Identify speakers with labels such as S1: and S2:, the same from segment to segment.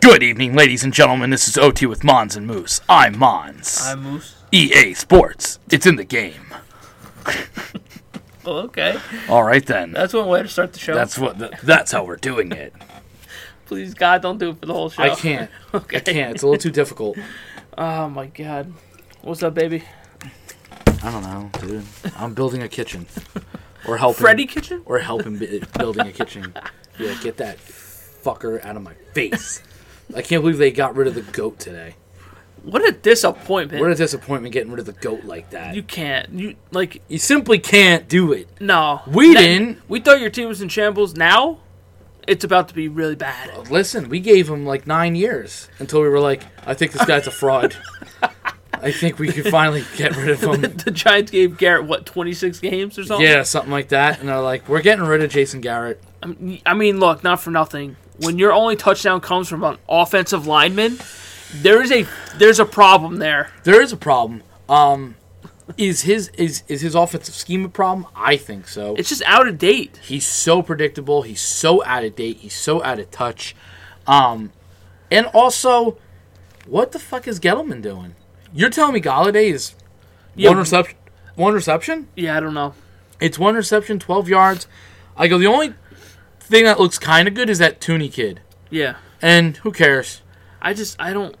S1: Good evening, ladies and gentlemen. This is OT with Mons and Moose. I'm Mons.
S2: I'm Moose.
S1: EA Sports. It's in the game.
S2: Well, Oh, okay.
S1: All right then.
S2: That's one way to start the show.
S1: That's what. The, that's how we're doing it.
S2: Please, God, don't do it for the whole show.
S1: I can't.
S2: Okay.
S1: I can't. It's a little too difficult.
S2: Oh, my God. What's up, baby?
S1: I don't know, dude. I'm building a kitchen, or helping.
S2: Freddy Kitchen?
S1: Or helping bu- building a kitchen. Yeah, get that fucker out of my face. I can't believe they got rid of the goat today.
S2: What a disappointment.
S1: What a disappointment getting rid of the goat like that.
S2: you
S1: You,
S2: can't. You, like,
S1: simply can't do it.
S2: no.
S1: We
S2: That-
S1: didn't.
S2: We thought your team was in shambles. Now, it's about to be really bad.
S1: Listen, we gave him like nine years until we were like, I think this guy's a fraud. I think we could finally get rid of him.
S2: the Giants gave Garrett, what, 26 games or something?
S1: Yeah, something like that. And they're like, we're getting rid of Jason Garrett.
S2: I mean, look, not for nothing. When your only touchdown comes from an offensive lineman, there is a there's a problem there.
S1: There is a problem. Um, is his is is his offensive scheme a problem? I think so.
S2: It's just out of date.
S1: He's so predictable. He's so out of date. He's so out of touch. Um, and also, what the fuck is Gettleman doing? You're telling me Galladay is
S2: Yeah,
S1: one reception? One reception?
S2: yeah, I don't know.
S1: It's one reception, twelve yards. I go. The only thing that looks kind of good is that Tooney kid.
S2: Yeah.
S1: And who cares?
S2: I just I don't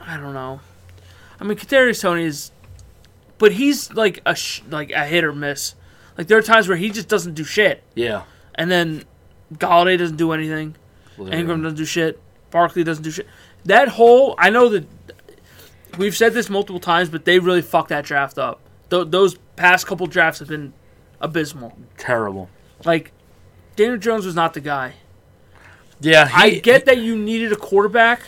S2: I don't know. I mean, Kadarius Tony is, but he's like a sh- like a hit or miss. Like there are times where he just doesn't do shit,
S1: Yeah.
S2: and then Galladay doesn't do anything. Ingram doesn't do shit. Barkley doesn't do shit. That whole I know that we've said this multiple times, but they really fucked that draft up. Th- those past couple drafts have been abysmal.
S1: Terrible.
S2: Like Daniel Jones was not the guy.
S1: Yeah.
S2: I get that you needed a quarterback,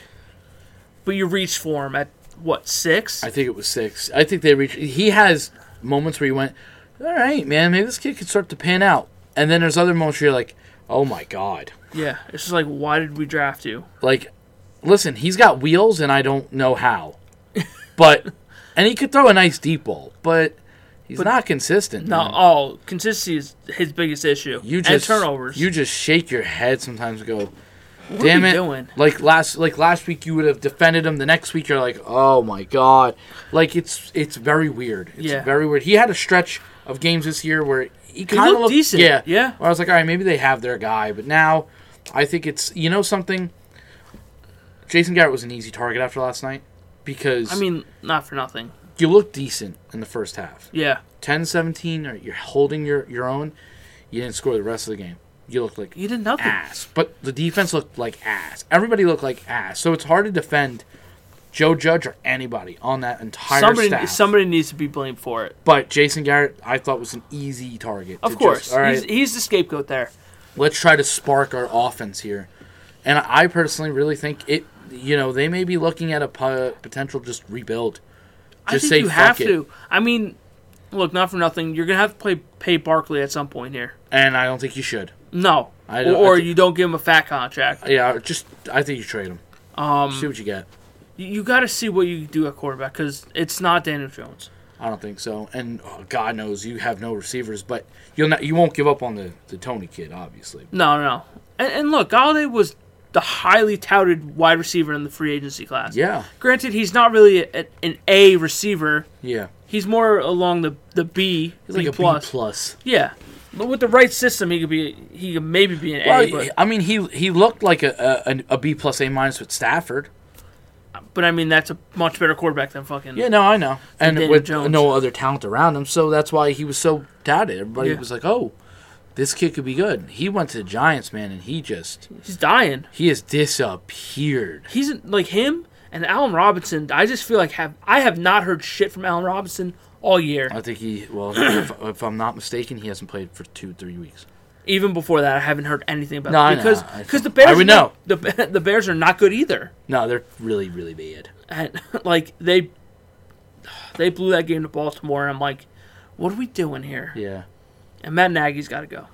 S2: but you reached for him at what six?
S1: I think it was six. I think they reached. He has moments where you went, all right, man, maybe this kid could start to pan out. And then there's other moments where you're like, oh my god.
S2: yeah, it's just like why did we draft you?
S1: Like, listen, he's got wheels, and I don't know how, but and he could throw a nice deep ball, but he's not consistent.
S2: No,
S1: man.
S2: oh, consistency is his biggest issue.
S1: you
S2: and
S1: just
S2: turnovers.
S1: You just shake your head sometimes and go,
S2: are
S1: damn
S2: we
S1: it!
S2: doing?
S1: Like last, like last week, you would have defended him. The next week, you're like, oh my god! Like it's it's very weird. It's
S2: Yeah.
S1: very weird. He had a stretch of games this year where he kind of
S2: looked decent,
S1: Yeah,
S2: yeah.
S1: Where I was like, all right, maybe they have their guy, but now I think it's you know something. Jason Garrett was an easy target after last night because
S2: I mean, not for nothing.
S1: you looked decent in the first half.
S2: Yeah,
S1: 10 17 or you're holding your, your own you didn't score the rest of the game you looked like
S2: you did nothing.
S1: ass but the defense looked like ass everybody looked like ass so it's hard to defend joe judge or anybody on that entire
S2: somebody,
S1: staff
S2: somebody needs to be blamed for it.
S1: but jason garrett i thought was an easy target to
S2: Of
S1: just,
S2: course,
S1: all right
S2: he's, he's the scapegoat there.
S1: let's try to spark our offense here and i personally really think it you know they may be looking at a po- potential just rebuild
S2: I
S1: just
S2: think
S1: say
S2: you
S1: fuck
S2: have
S1: it.
S2: to. I mean, look, not for nothing. You're gonna have to play pay Barkley at some point here.
S1: and i don't think you should
S2: No,
S1: I
S2: or,
S1: don't- I
S2: or
S1: thi-
S2: you don't give him a fat contract.
S1: yeah just i think you trade him um see what you get
S2: You, you got to see what you do at quarterback because it's not Daniel Jones.
S1: I don't think so. And oh, God knows you have no receivers, but you'll not, you won't give up on the, the Tony kid, obviously.
S2: No, no. And, and look, Galladay was the highly touted wide receiver in the free agency class.
S1: Yeah,
S2: Granted, he's not really a, an A receiver.
S1: yeah.
S2: He's more along the the B,
S1: He's
S2: B
S1: like a B
S2: plus.
S1: plus.
S2: Yeah, but with the right system, he could be he could maybe be an A.
S1: Well,
S2: but,
S1: I mean, he he looked like a a, an- a B plus A minus with Stafford.
S2: but I mean, that's a much better quarterback than fucking.
S1: Yeah, no, I know. And
S2: Daniel
S1: with
S2: Jones.
S1: no other talent around him, so that's why he was so touted. Everybody
S2: Yeah.
S1: was like, "Oh, this kid could be good." He went to the Giants, man, and he just
S2: He's dying.
S1: he has disappeared.
S2: He's like him and Allen Robinson. I just feel like have I have not heard shit from Allen Robinson all year.
S1: I think he well, if, if I'm not mistaken, he hasn't played for two three weeks.
S2: Even before that, I haven't heard anything about
S1: No, I
S2: him
S1: know.
S2: because
S1: I
S2: because the
S1: think-
S2: Bears
S1: I would
S2: are not- the the Bears are not good either.
S1: No, they're really really bad.
S2: And like they they blew that game to Baltimore, and I'm like, what are we doing here?
S1: Yeah.
S2: And Matt Nagy's got to go.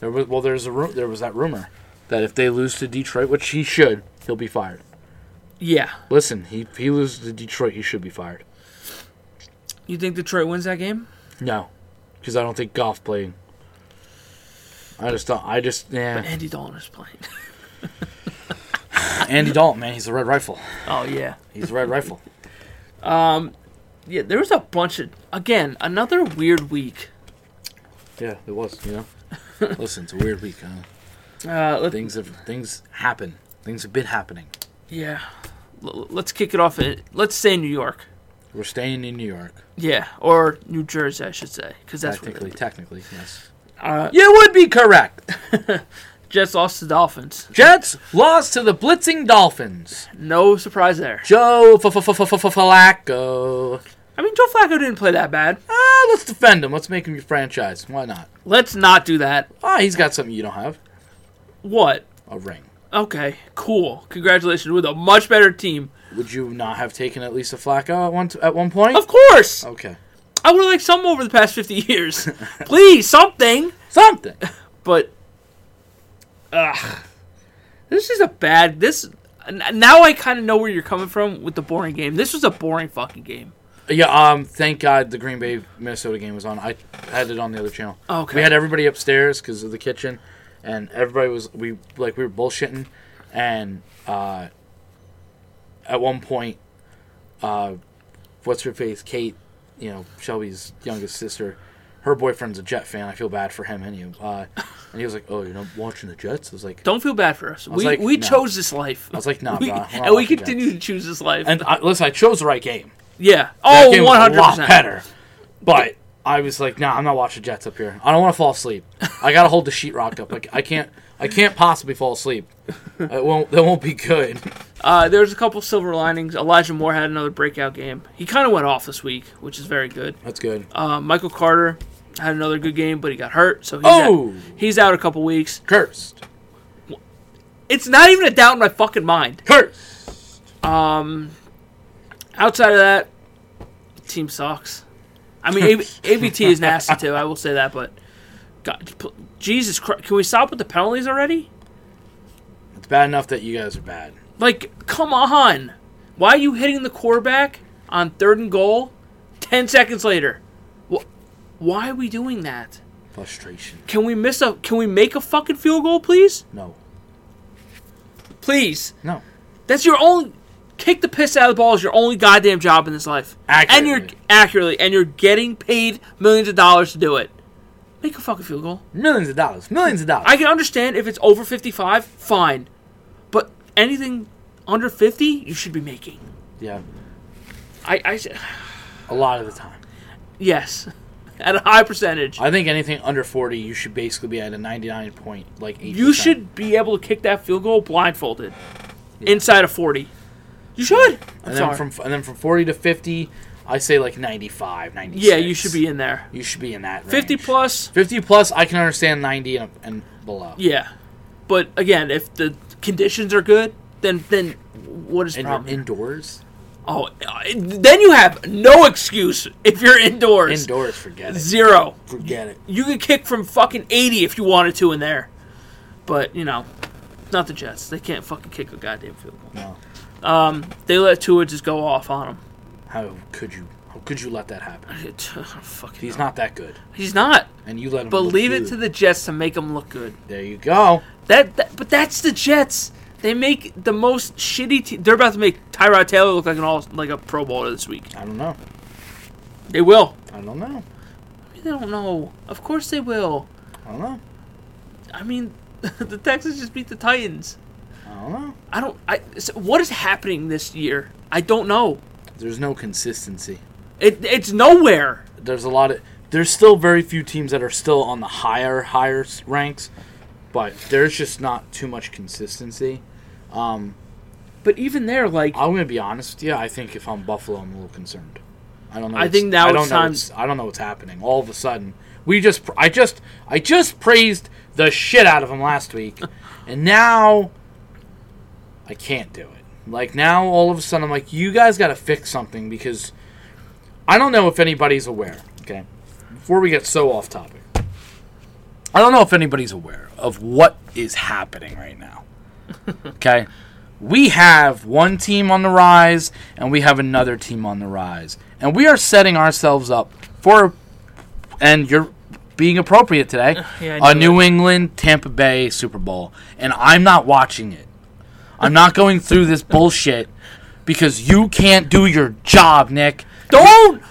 S1: There was well, there's a ru- there was that rumor that if they lose to Detroit, which he should, he'll be fired.
S2: Yeah,
S1: Listen, he if he loses to Detroit, he should be fired.
S2: you think Detroit wins that game?
S1: No, because I don't think Goff playing. I just don't. I just yeah.
S2: Andy Dalton is playing.
S1: Andy Dalton, man, he's a red rifle.
S2: Oh yeah,
S1: He's a red rifle.
S2: yeah. There was a bunch of again another weird week.
S1: Yeah, it was. You know, listen, it's a weird week. Huh?
S2: Uh, let,
S1: Things have things happen. Things have been happening.
S2: yeah, L- let's kick it off. At, let's say New York.
S1: We're staying in New York,
S2: Yeah, or New Jersey, I should say, because that's where
S1: technically.
S2: they-
S1: Technically, yes.
S2: Uh,
S1: You would be correct.
S2: Jets lost to Dolphins.
S1: Jets lost to the blitzing Dolphins.
S2: No surprise there.
S1: Joe Flacco.
S2: I mean, Joe Flacco didn't play that bad.
S1: Ah, let's defend him. Let's make him your franchise. Why not?
S2: Let's not do that.
S1: Ah, he's got something you don't have.
S2: What?
S1: A ring.
S2: Okay, cool. Congratulations with a much better team.
S1: Would you not have taken at least a Flacco at one t- at one point?
S2: Of course.
S1: Okay.
S2: I would have liked some over the past 50 years. Please, something.
S1: Something.
S2: But, ugh. This is a bad. This. n- Now I kind of know where you're coming from with the boring game. This was a boring fucking game.
S1: Yeah, um, thank God the Green Bay Minnesota game was on. I had it on the other channel.
S2: Okay.
S1: We had everybody upstairs because of the kitchen, and everybody was we like we were bullshitting, and uh, at one point, uh, what's her face, Kate, you know Shelby's youngest sister, her boyfriend's a Jet fan. I feel bad for him and you. Uh, and he was like, "Oh, you're not watching the Jets?" I was like,
S2: Don't feel bad for us. We,
S1: like,
S2: we
S1: no.
S2: chose this life. I
S1: was like, nah,
S2: we,
S1: bro, we're not
S2: And we
S1: watching
S2: continue to choose this life.
S1: "And I, listen, I chose the right game.
S2: yeah.
S1: That
S2: Oh,
S1: game was a
S2: 100%.
S1: lot better. But I was like, nah, I'm not watching Jets up here. I don't want to fall asleep. I gotta hold the sheetrock up. Like I can't, I can't possibly fall asleep. It won't, that won't be good.
S2: Uh, there's a couple silver linings. Elijah Moore had another breakout game. He kind of went off this week, which is very good.
S1: That's good.
S2: Uh, Michael Carter had another good game, but he got hurt, so he's,
S1: Oh!
S2: out, he's out a couple weeks.
S1: Cursed,
S2: It's not even a doubt in my fucking mind.
S1: cursed.
S2: Outside of that, the team sucks. I mean, A- ABT is nasty too. I will say that, but God, pl- Jesus Christ, can we stop with the penalties already?
S1: It's bad enough that you guys are bad.
S2: Like, come on! Why are you hitting the quarterback on third and goal? Ten seconds later, Wh- why are we doing that?
S1: Frustration.
S2: Can we miss a? Can we make a fucking field goal, please?
S1: No,
S2: Please.
S1: no.
S2: That's your only kick the piss out of the ball is your only goddamn job in this life. And you're
S1: Accurately.
S2: accurately, and you're getting paid millions of dollars to do it. Make a fucking field goal.
S1: Millions of dollars. Millions of dollars.
S2: I can understand if it's over fifty five, fine. But anything under fifty, you should be making.
S1: yeah,
S2: I, I s-
S1: a lot of the time.
S2: yes. At a high percentage.
S1: I think anything under forty, you should basically be at a ninety-nine point like eight.
S2: you should be able to kick that field goal blindfolded. Inside of forty. You should. I'm
S1: And
S2: sorry.
S1: then from and then from forty to fifty, I say like 95, 96.
S2: yeah, you should be in there.
S1: You should be in that. Range.
S2: Fifty plus
S1: 50 plus, I can understand 90 and, and below.
S2: Yeah, but again, if the conditions are good, then then what is the
S1: And
S2: problem?
S1: you're indoors?
S2: oh, uh, then you have no excuse if you're indoors.
S1: Indoors, forget it.
S2: Zero.
S1: Forget it.
S2: You could kick from fucking eighty if you wanted to in there, but you know, not the Jets. They can't fucking kick a goddamn field goal.
S1: No.
S2: They let Tua just go off on
S1: How could you? How could you let that happen?
S2: him. fucking,
S1: He's not that good.
S2: he's not.
S1: And you let him.
S2: But
S1: look
S2: leave it
S1: good.
S2: to the Jets to make him look good.
S1: There you go.
S2: That, that but that's the Jets. They make the most shitty. Te- they're about to make Tyrod Taylor look like an all like a Pro Bowler this week.
S1: I don't know.
S2: They will.
S1: I don't know.
S2: They don't know. Of course they will.
S1: I don't know.
S2: I mean, the Texans just beat the Titans.
S1: I don't know.
S2: I don't. I so what is happening this year? I don't know.
S1: There's no consistency.
S2: It it's nowhere.
S1: There's a lot of. There's still very few teams that are still on the higher, higher s- ranks, but there's just not too much consistency.
S2: But even there, like
S1: I'm gonna be honest with you. I think if I'm Buffalo, I'm a little concerned. I don't know.
S2: I
S1: what's-
S2: think now
S1: I don't
S2: it's
S1: know
S2: time-
S1: what's- I don't know what's happening. All of a sudden, we just. I just. I just praised the shit out of him last week, and now I can't do it. Like now, all of a sudden, I'm like, you guys got to fix something because I don't know if anybody's aware. Okay, before we get so off topic, I don't know if anybody's aware of what is happening right now. Okay. We have one team on the rise and we have another team on the rise. And we are setting ourselves up for and you're being appropriate today.
S2: Yeah, I
S1: a
S2: knew
S1: New England Tampa Bay Super Bowl. And I'm not watching it. I'm not going through this bullshit because you can't do your job, Nick.
S2: Don't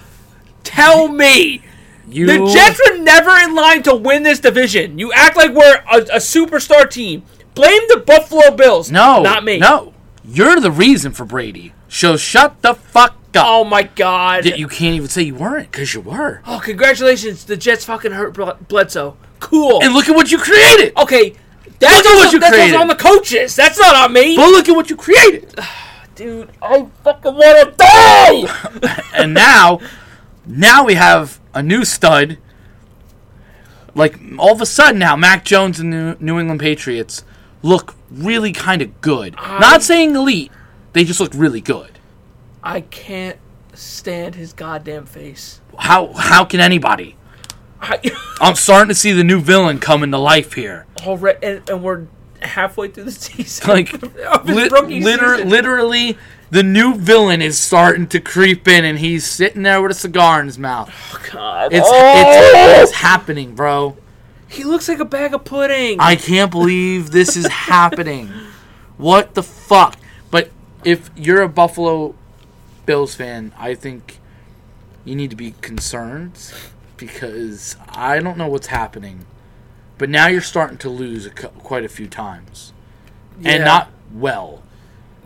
S2: tell me.
S1: You
S2: The Jets were never in line to win this division. You act like we're a, a superstar team. Blame the Buffalo Bills.
S1: No,
S2: not me.
S1: No, you're the reason for Brady. So shut the fuck up.
S2: Oh my God.
S1: That you can't even say you weren't because you were.
S2: oh, congratulations. The Jets fucking hurt Bl- Bledsoe. Cool.
S1: And look at what you created.
S2: okay, that's
S1: Look at
S2: also-
S1: what you
S2: that's also
S1: created.
S2: on the coaches. That's not on me,
S1: But look at what you created.
S2: dude. I fucking want to die.
S1: and now, now we have a new stud. Like all of a sudden now, Mac Jones and the New England Patriots look really kind of good. Not saying elite, they just look really good.
S2: I can't stand his goddamn face.
S1: How how can anybody?
S2: I,
S1: I'm starting to see the new villain coming to life here.
S2: already, and, and we're halfway through the season.
S1: Like
S2: Of his
S1: li-
S2: rookie
S1: liter-
S2: season.
S1: literally the new villain is starting to creep in and he's sitting there with a cigar in his mouth.
S2: God.
S1: It's
S2: Oh!
S1: it's, it's happening, bro.
S2: he looks like a bag of pudding.
S1: I can't believe this is happening. What the fuck? But if you're a Buffalo Bills fan, I think you need to be concerned because I don't know what's happening. But now you're starting to lose a, cou- quite a few times.
S2: Yeah.
S1: And not well.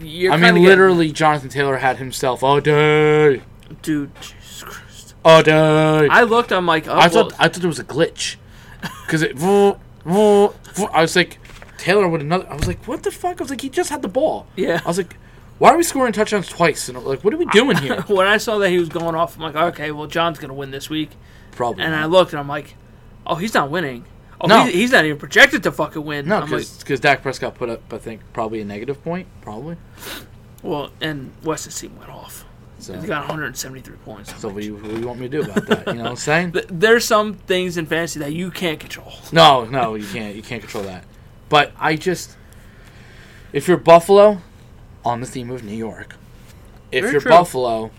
S2: You're
S1: I
S2: kinda
S1: mean,
S2: getting-
S1: literally, Jonathan Taylor had himself all day.
S2: dude. Jesus Christ.
S1: All day.
S2: I looked. I'm like, oh,
S1: I
S2: well,
S1: thought I thought there was a glitch because it. vroom, vroom, vroom. I was like, Taylor with another. I was like, what the fuck? I was like, he just had the ball.
S2: Yeah.
S1: I was like, why are we scoring touchdowns twice? And I'm like, what are we doing here?
S2: when I saw that he was going off, I'm like, okay, well, John's gonna win this week.
S1: Probably.
S2: And I looked, and I'm like, oh, he's not winning. Oh,
S1: Mm-hmm. No.
S2: he's, he's not even projected to fucking win.
S1: no,
S2: I'm like,
S1: because Dak Prescott put up, I think, probably a negative point, probably.
S2: Well, and Weston's team went off.
S1: So,
S2: They got 173 points.
S1: so what, do you, what do you want me to do about that? You know what I'm saying?
S2: Th- There's some things in fantasy that you can't control.
S1: No, no, you can't. You can't control that. But I just, if you're Buffalo, on the theme of New York, if
S2: Very
S1: you're
S2: true.
S1: Buffalo,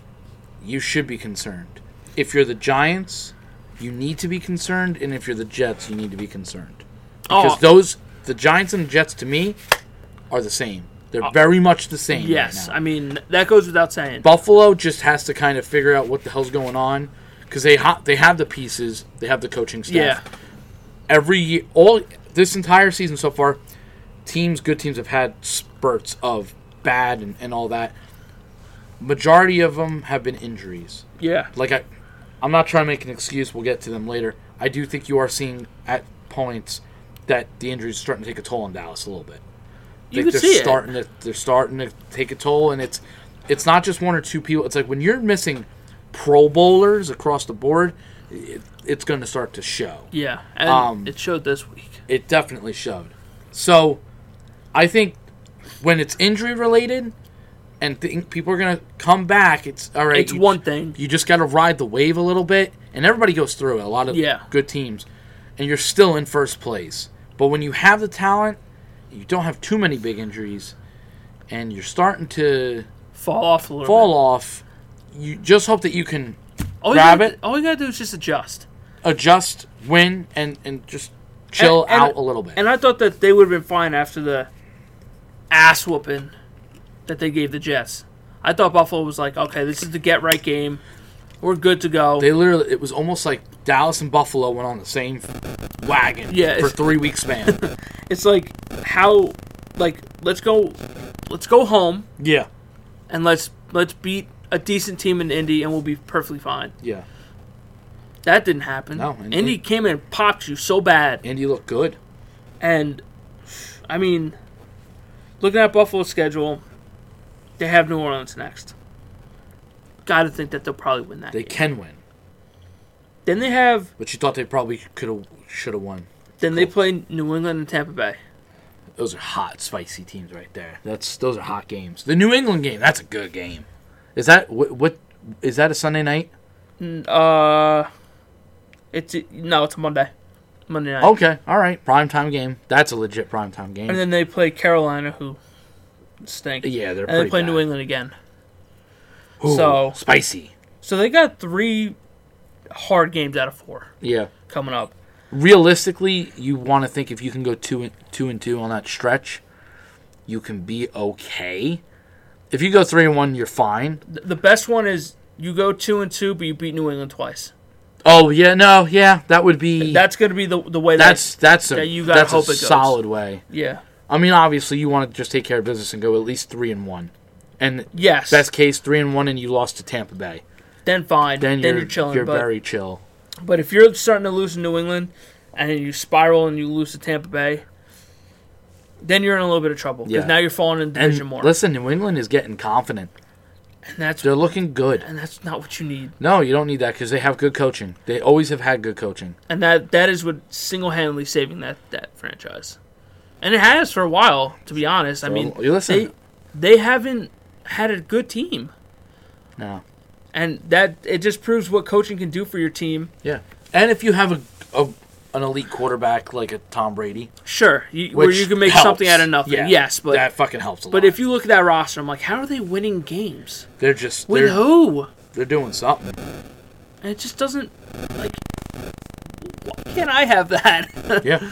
S1: you should be concerned. If you're the Giants, you need to be concerned, and if you're the Jets, you need to be concerned because
S2: Oh,
S1: those the Giants and Jets to me are the same. They're very much the same. right
S2: Oh. yes.
S1: now.
S2: I mean, that goes without saying.
S1: Buffalo just has to kind of figure out what the hell's going on because they ha- they have the pieces, they have the coaching staff.
S2: Yeah.
S1: Every year, all this entire season so far, teams, good teams have had spurts of bad and, and all that. Majority of them have been injuries.
S2: Yeah.
S1: Like I, I'm not trying to make an excuse. We'll get to them later. I do think you are seeing at points that the injuries are starting to take a toll on Dallas a little bit.
S2: You
S1: Like,
S2: can
S1: they're
S2: see it.
S1: starting to they're starting to take a toll, and it's it's not just one or two people. It's like when you're missing Pro Bowlers across the board, it, it's going to start to show.
S2: Yeah. And
S1: Um,
S2: it showed this week.
S1: It definitely showed. So, I think when it's injury related, and think people are going to come back, it's all right.
S2: It's
S1: you-
S2: one thing.
S1: you just got to ride the wave a little bit, and everybody goes through it. A lot of
S2: Yeah.
S1: good teams, and you're still in first place. But when you have the talent, you don't have too many big injuries, and you're starting to
S2: Fall off a little
S1: fall
S2: bit.
S1: off. You just hope that you can
S2: All you
S1: grab
S2: gotta-
S1: it.
S2: All you got to do is just adjust.
S1: adjust, win, and and just chill
S2: And- and-
S1: out a little bit.
S2: And I thought that they would have been fine after the ass whooping that they gave the Jets. I thought Buffalo was like, okay, this is the get right game. We're good to go.
S1: they literally, it was almost like Dallas and Buffalo went on the same wagon
S2: Yeah,
S1: for
S2: it's-
S1: three week span.
S2: it's like how, like let's go, let's go home
S1: yeah,
S2: and let's let's beat a decent team in Indy and we'll be perfectly fine.
S1: yeah.
S2: That didn't happen.
S1: No, and-
S2: Indy came in and popped you so bad.
S1: And you look good.
S2: And I mean, looking at Buffalo's schedule, they have New Orleans next. Got to think that they'll probably win that.
S1: They
S2: game.
S1: can win,
S2: Then they have
S1: but you thought they probably could have should have won.
S2: then they play New England and Tampa Bay.
S1: Those are hot, spicy teams right there. That's those are hot games. The New England game, that's a good game. Is that what? what is that a Sunday night?
S2: Uh, it's no, it's a Monday, Monday night.
S1: Okay, all right, prime time game. That's a legit prime time game.
S2: And then they play Carolina, who stink.
S1: yeah, they're
S2: and
S1: pretty
S2: they play
S1: bad.
S2: New England again.
S1: Ooh,
S2: so-
S1: spicy.
S2: So they got three hard games out of four
S1: Yeah.
S2: coming up.
S1: Realistically, you want to think if you can go two and two and two on that stretch, you can be okay. If you go three and one, you're fine.
S2: Th- The best one is you go two and two, but you beat New England twice.
S1: Oh yeah, no, yeah, that would be
S2: That's going to be the the way that-
S1: that's that's a
S2: that you gotta
S1: that's
S2: hope it
S1: a
S2: goes.
S1: solid way.
S2: yeah
S1: I mean, obviously, you want to just take care of business and go at least three and one, and
S2: yes
S1: best case three and one, and you lost to Tampa Bay.
S2: then fine
S1: Then
S2: then,
S1: you're
S2: you're, chilling.
S1: you're
S2: but,
S1: very chill.
S2: but if you're starting to lose in New England and then you spiral and you lose to Tampa Bay, then you're in a little bit of trouble because
S1: Yeah.
S2: now you're falling in division
S1: And
S2: more.
S1: listen, New England is getting confident.
S2: and that's
S1: They're looking good.
S2: and that's not what you need.
S1: No, you don't need that because they have good coaching. They always have had good coaching.
S2: And that that is what single handedly saving that that franchise. And it has for a while, to be honest. I mean,
S1: you listen.
S2: they they haven't had a good team,
S1: No.
S2: and that it just proves what coaching can do for your team.
S1: Yeah. And if you have a, a an elite quarterback like a Tom Brady,
S2: Sure, you, where
S1: which
S2: you can make
S1: helps.
S2: something out of nothing.
S1: Yeah,
S2: Yes, but
S1: that fucking helps a lot.
S2: but if you look at that roster, I'm like, how are they winning games
S1: they're just
S2: with
S1: they're,
S2: who?
S1: they're doing something.
S2: And it just doesn't like. Why can't I have that?
S1: Yeah.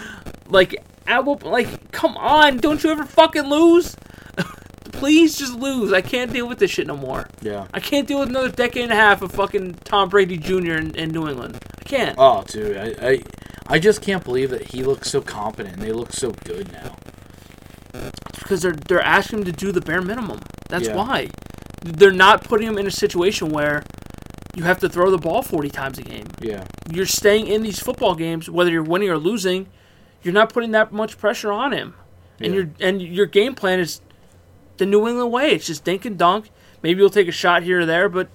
S2: like, I will, like, come on! Don't you ever fucking lose? Please just lose. I can't deal with this shit no more.
S1: Yeah.
S2: I can't deal with another decade and a half of fucking Tom Brady Jr. in, in New England. I can't.
S1: Oh, dude, I, I I just can't believe that he looks so competent and they look so good now.
S2: because they're they're asking him to do the bare minimum. That's
S1: Yeah.
S2: why they're not putting him in a situation where you have to throw the ball 40 times a game.
S1: Yeah.
S2: You're staying in these football games whether you're winning or losing. You're not putting that much pressure on him. And
S1: Yeah.
S2: your and your game plan is the New England way. It's just dink and dunk. Maybe you'll take a shot here or there, but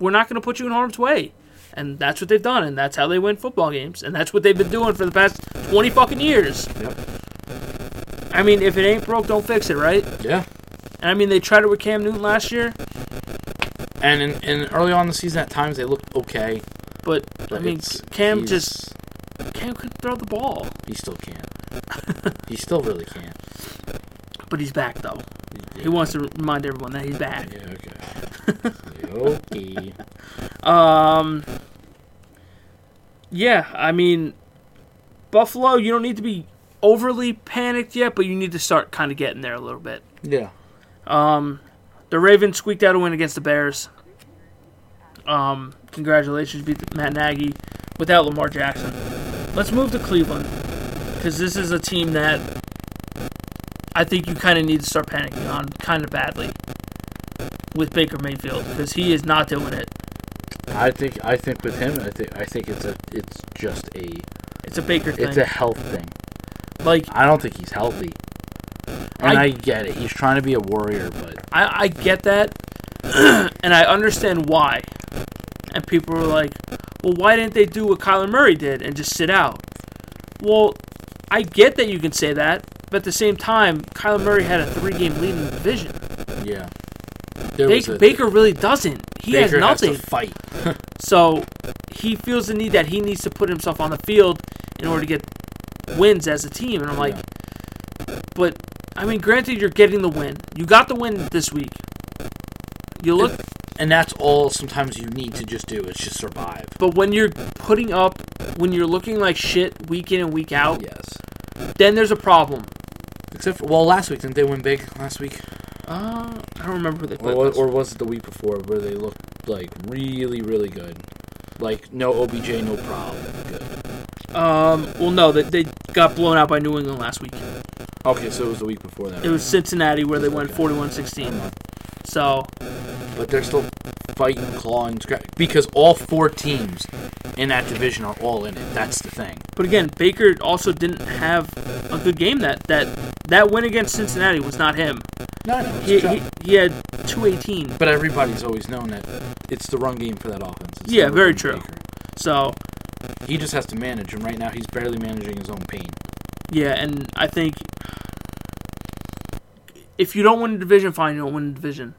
S2: we're not going to put you in harm's way. And that's what they've done, and that's how they win football games, and that's what they've been doing for the past 20 fucking years.
S1: Yep.
S2: I mean, if it ain't broke, don't fix it, right?
S1: Yeah.
S2: And I mean, they tried it with Cam Newton last year,
S1: And in, and early on in the season, at times they look okay.
S2: but, I
S1: But
S2: mean,
S1: it's-
S2: Cam
S1: he's-
S2: just Cam couldn't throw the ball.
S1: he still can't. he still really can't.
S2: But he's back though. He wants to remind everyone that he's back.
S1: Yeah. Okay. okay.
S2: Um, yeah, I mean, Buffalo, you don't need to be overly panicked yet, but you need to start kind of getting there a little bit.
S1: Yeah.
S2: The Ravens squeaked out a win against the Bears. Um, congratulations, beat the- Matt Nagy without Lamar Jackson. Let's move to Cleveland because this is a team that I think you kind of need to start panicking on kind of badly with Baker Mayfield because he is not doing it.
S1: I think I think with him, I think I think it's a it's just a
S2: It's a Baker thing.
S1: it's a health thing.
S2: like
S1: I don't think he's healthy, and I,
S2: I-
S1: get it. He's trying to be a warrior, but
S2: I, I get that, and I understand why. And people were like, "Well, why didn't they do what Kyler Murray did and just sit out?" Well, I get that you can say that, but at the same time, Kyler Murray had a three-game lead in the division.
S1: yeah, there
S2: Ba- Baker really doesn't. He has
S1: Baker
S2: nothing.
S1: to fight.
S2: so he feels the need that he needs to put himself on the field in order to get wins as a team. And I'm like,
S1: Yeah.
S2: but I mean, granted, you're getting the win. You got the win this week. You look
S1: and that's all sometimes you need to just do is just survive.
S2: But when you're putting up, when you're looking like shit week in and week out,
S1: Yes.
S2: then there's a problem.
S1: Except for well, last week didn't they win big last week,
S2: Uh, I don't remember who they
S1: or
S2: played.
S1: wa-
S2: last-
S1: or was it the week before where they looked like really really good, like no OBJ, no problem, good.
S2: um, well, no, they, they got blown out by New England last week.
S1: Okay, so it was the week before that.
S2: It was Cincinnati where they went
S1: Okay.
S2: 41-16. So
S1: but they're still fighting, clawing, scratching because all four teams in that division are all in it. That's the thing.
S2: But again, Baker also didn't have a good game. That that that win against Cincinnati was not him.
S1: No, no,
S2: He he, he had two eighteen.
S1: but everybody's always known that it's the run game for that offense. It's
S2: Yeah,
S1: the
S2: very
S1: run
S2: true.
S1: Baker.
S2: So
S1: He just has to manage, and right now he's barely managing his own pain.
S2: yeah, and I think if you don't win the division, fine, you don't win the division.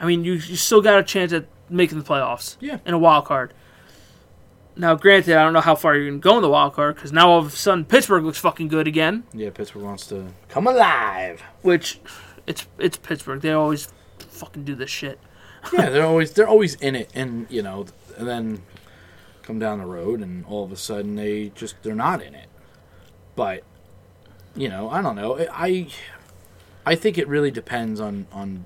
S2: I mean, you you still got a chance at making the playoffs.
S1: Yeah.
S2: In a wild card. Now, granted, I don't know how far you're going to go in the wild card because now all of a sudden Pittsburgh looks fucking good again.
S1: Yeah, Pittsburgh wants to come alive.
S2: Which, it's it's Pittsburgh. They always fucking do this shit.
S1: yeah, they're always they're always in it, and you know, and then come down the road, and all of a sudden they just they're not in it. But you know, I don't know. I I- I think it really depends on on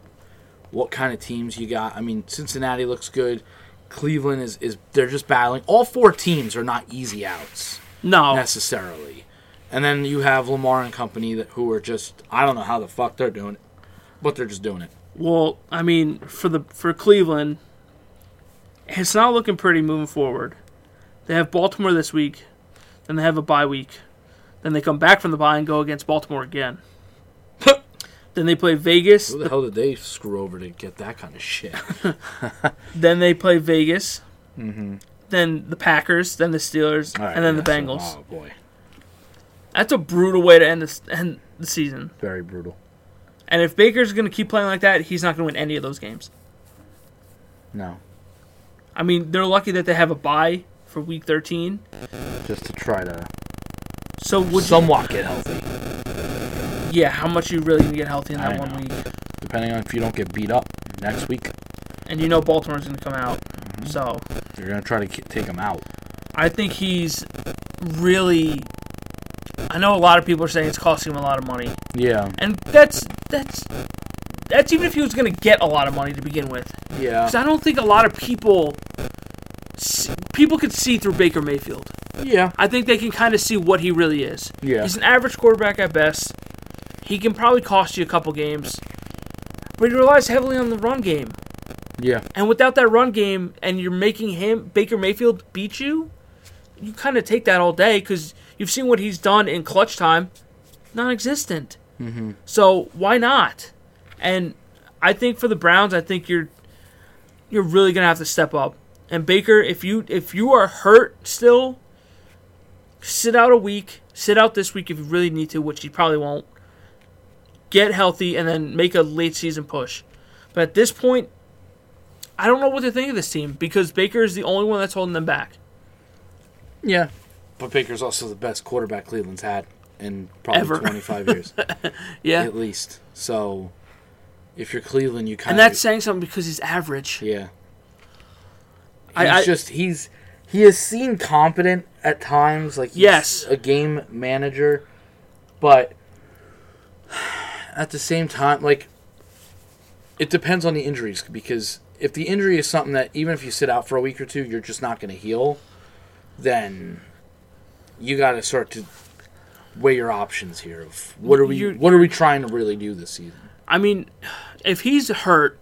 S1: what kind of teams you got. I mean, Cincinnati looks good. Cleveland is is they're just battling. All four teams are not easy outs
S2: No,
S1: necessarily. And then you have Lamar and company that who are just I don't know how the fuck they're doing it, but they're just doing it.
S2: well, I mean, for the for Cleveland, it's not looking pretty moving forward. They have Baltimore this week, then they have a bye week, then they come back from the bye and go against Baltimore again. then they play Vegas.
S1: Who the hell did they screw over to get that kind of shit?
S2: Then they play Vegas. Mm-hmm. Then the Packers. Then the Steelers.
S1: All right,
S2: and then the
S1: yeah, so-
S2: Bengals.
S1: oh boy,
S2: That's a brutal way to end this, end the season.
S1: very brutal.
S2: And if Baker's going to keep playing like that, he's not going to win any of those games.
S1: No,
S2: I mean, they're lucky that they have a bye for week 13.
S1: just to try to
S2: So would you,
S1: somewhat get healthy,
S2: yeah, how much you really going to get healthy in that
S1: I
S2: one
S1: know.
S2: week?
S1: depending on if you don't get beat up next week.
S2: And you know Baltimore's going to come out.
S1: Mm-hmm.
S2: So
S1: They're gonna try to ki- take him out.
S2: I think he's really. I know a lot of people are saying it's costing him a lot of money,
S1: Yeah,
S2: and that's that's that's even if he was going to get a lot of money to begin with.
S1: yeah,
S2: Because I don't think a lot of people see, people could see through Baker Mayfield.
S1: yeah.
S2: I think they can kind of see what he really is.
S1: Yeah.
S2: He's an average quarterback at best. He can probably cost you a couple games, but he relies heavily on the run game.
S1: Yeah,
S2: And without that run game, and you're making him Baker Mayfield beat you, you kind of take that all day because you've seen what he's done in clutch time, non-existent. Mm-hmm. So why not? And I think for the Browns, I think you're you're really gonna have to step up. And Baker, if you if you are hurt still, sit out a week, sit out this week if you really need to, which you probably won't. Get healthy and then make a late season push. But at this point, I don't know what to think of this team because Baker is the only one that's holding them back.
S1: yeah. But Baker's also the best quarterback Cleveland's had in probably
S2: Ever.
S1: 25 years
S2: Yeah.
S1: at least. So if you're Cleveland, you kind
S2: and
S1: of
S2: that's saying something because he's average.
S1: yeah. He's
S2: I- I-
S1: just he's he is seen competent at times, like he's
S2: Yes.
S1: a game manager, but at the same time, like it depends on the injuries because if the injury is something that even if you sit out for a week or two, you're just not going to heal, then you got to start to weigh your options here of what are we
S2: You-
S1: what are we trying to really do this season?
S2: I mean, if he's hurt,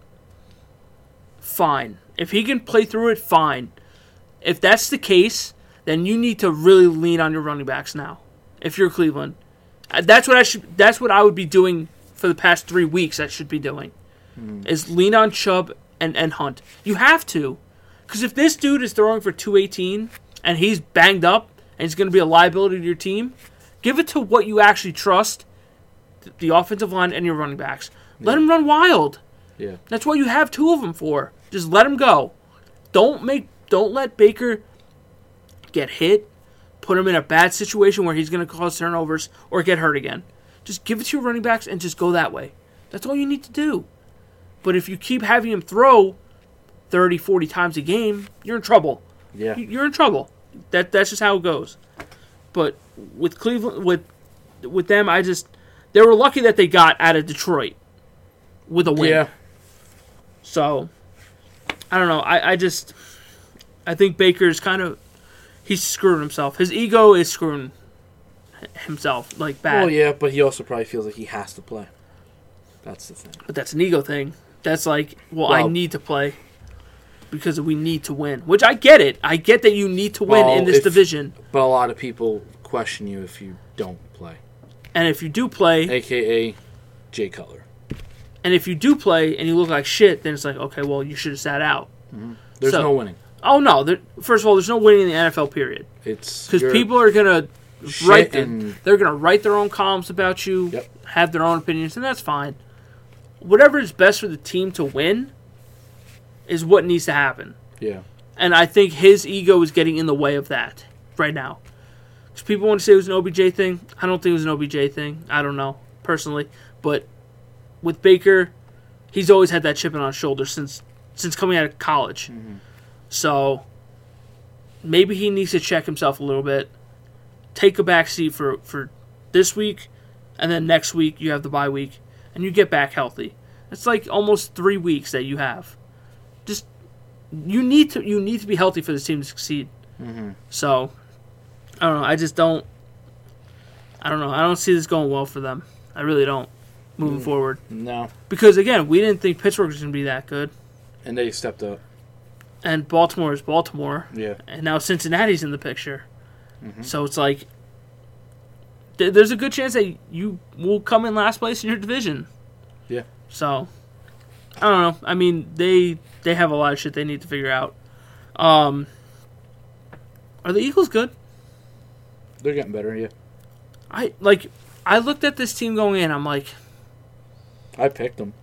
S2: fine. If he can play through it, fine. If that's the case, then you need to really lean on your running backs now. If you're Cleveland, Uh, that's what I should. That's what I would be doing for the past three weeks. I should be doing is lean on Chubb and and Hunt. You have to, because if this dude is throwing for two eighteen and he's banged up and he's going to be a liability to your team, give it to what you actually trust the offensive line and your running backs. Let them run wild.
S1: Yeah,
S2: That's what you have two of them for. Just let them go. Don't make don't let Baker get hit, put him in a bad situation where he's going to cause turnovers or get hurt again. Just give it to your running backs and just go that way. That's all you need to do. But if you keep having him throw 30, 40 times a game, you're in trouble
S1: yeah.
S2: you- you're in trouble. That that's just how it goes. But with Cleveland, with with them, I just they were lucky that they got out of Detroit with a win.
S1: Yeah,
S2: So I don't know. I, I just I think Baker's kind of he's screwing himself. His ego is screwing h- himself like bad.
S1: well, yeah, but he also probably feels like he has to play. That's the thing.
S2: But that's an ego thing. That's like, well, I
S1: Well-
S2: need to play because we need to win. Which I get it. I get that you need to win
S1: Well,
S2: in this
S1: if-
S2: division.
S1: But a lot of people question you if you don't play,
S2: And if you do play,
S1: aka Jay Cutler.
S2: And if you do play and you look like shit, then it's like, okay, well, you should have sat out.
S1: There's
S2: So-
S1: no winning.
S2: Oh no! There, first of all, there's no winning in the NFL period
S1: It's
S2: because
S1: you're-
S2: people are gonna
S1: shit
S2: write the-
S1: and-
S2: they're gonna write their own columns about you,
S1: Yep.
S2: have their own opinions, and that's fine. Whatever is best for the team to win is what needs to happen,
S1: Yeah,
S2: and I think his ego is getting in the way of that right now. Because people want to say it was an OBJ thing. I don't think it was an OBJ thing. I don't know personally, but with Baker, he's always had that chip on his shoulder since since coming out of college. So maybe he needs to check himself a little bit, take a back seat for for this week, and then next week you have the bye week, and you get back healthy. It's like almost three weeks that you have. Just you need to you need to be healthy for this team to succeed. So I don't know. I just don't. I don't know. I don't see this going well for them. I really don't. Moving forward,
S1: No,
S2: because again, we didn't think Pittsburgh was going to be that good,
S1: and they stepped up.
S2: and Baltimore is Baltimore,
S1: Yeah,
S2: and now Cincinnati's in the picture. So it's like th- there's a good chance that you will come in last place in your division.
S1: Yeah.
S2: So I don't know. I mean, they they have a lot of shit they need to figure out. Um, are the Eagles good?
S1: they're getting better. Yeah,
S2: I like. I looked at this team going in. I'm like,
S1: I picked them.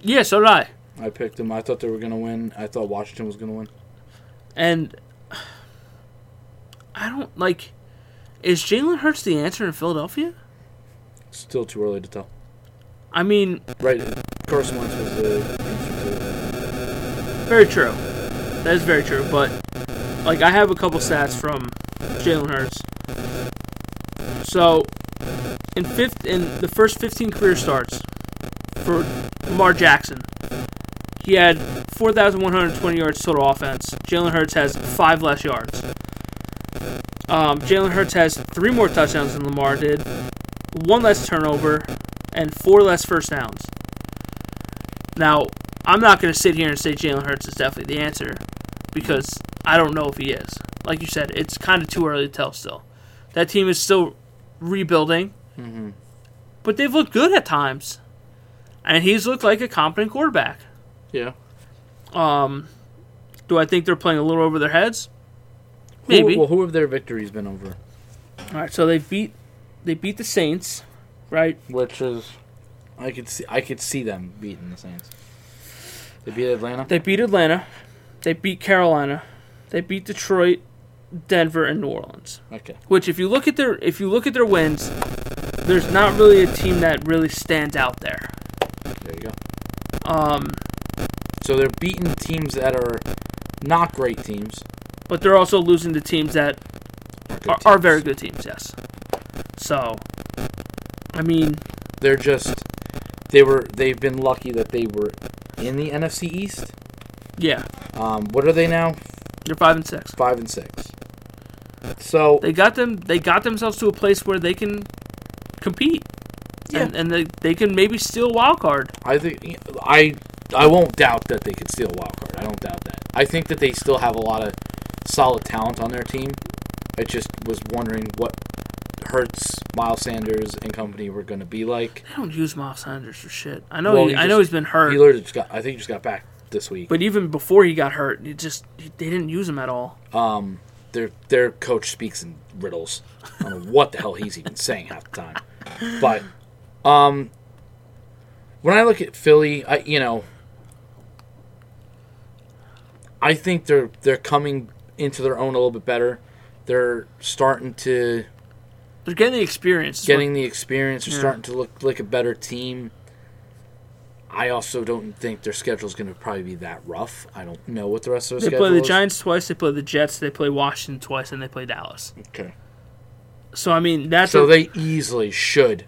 S2: yeah, so did I.
S1: I picked them. I thought they were gonna win. I thought Washington was gonna win.
S2: And I don't like. Is Jalen Hurts the answer in Philadelphia?
S1: Still too early to tell.
S2: I mean,
S1: Right, Carson Wentz was the answer to it.
S2: very true. That is very true. But like, I have a couple stats from Jalen Hurts. So in fifth, in the first 15 career starts for Lamar Jackson, he had 4,120 yards total offense. Jalen Hurts has five less yards. Um, Jalen Hurts has three more touchdowns than Lamar did, one less turnover, and four less first downs. Now, I'm not going to sit here and say Jalen Hurts is definitely the answer because I don't know if he is. Like you said, it's kind of too early to tell still. That team is still rebuilding, but they've looked good at times. And he's looked like a competent quarterback.
S1: Yeah,
S2: Um, do I think they're playing a little over their heads?
S1: Who-
S2: Maybe.
S1: well, who have their victories been over?
S2: All right, so they beat they beat the Saints, right?
S1: Which is, I could see. I could see them beating the Saints. They beat Atlanta.
S2: They beat Atlanta, they beat Carolina, they beat Detroit, Denver, and New Orleans.
S1: Okay.
S2: Which, if you look at their if you look at their wins, there's not really a team that really stands out there.
S1: There you go.
S2: Um,
S1: So they're beating teams that are not great teams.
S2: but they're also losing to teams that
S1: Are, good
S2: are, are
S1: teams.
S2: very good teams. Yes. So, I mean,
S1: They're just they were they've been lucky that they were in the NFC East.
S2: yeah,
S1: Um, what are they now?
S2: you're five and six.
S1: Five and six. So
S2: They got them. They got themselves to a place where they can compete.
S1: Yeah.
S2: And, and they, they can maybe steal a wild card.
S1: I think I I won't doubt that they could steal a wild card. I don't doubt that. I think that they still have a lot of solid talent on their team. I just was wondering what Hertz, Miles Sanders, and company were going to be like.
S2: I don't use Miles Sanders for shit. I know.
S1: Well,
S2: he,
S1: he
S2: I know he's
S1: just-
S2: been hurt.
S1: He literally just got. I think he just got back this week.
S2: but even before he got hurt, it just he, they didn't use him at all.
S1: um, their their coach speaks in riddles. I don't know what the hell he's even saying half the time. But um, when I look at Philly, I you know, I think they're they're coming into their own a little bit better. They're starting to
S2: They're getting the experience. is what-
S1: getting the experience. They're starting to look like a better team. I also don't think their schedule's going to probably be that rough. I don't know what the rest of their
S2: They
S1: schedule
S2: play the
S1: is.
S2: Giants twice. They play the Jets. They play Washington twice, and they play Dallas.
S1: Okay.
S2: So I mean, that's
S1: So
S2: a,
S1: they easily should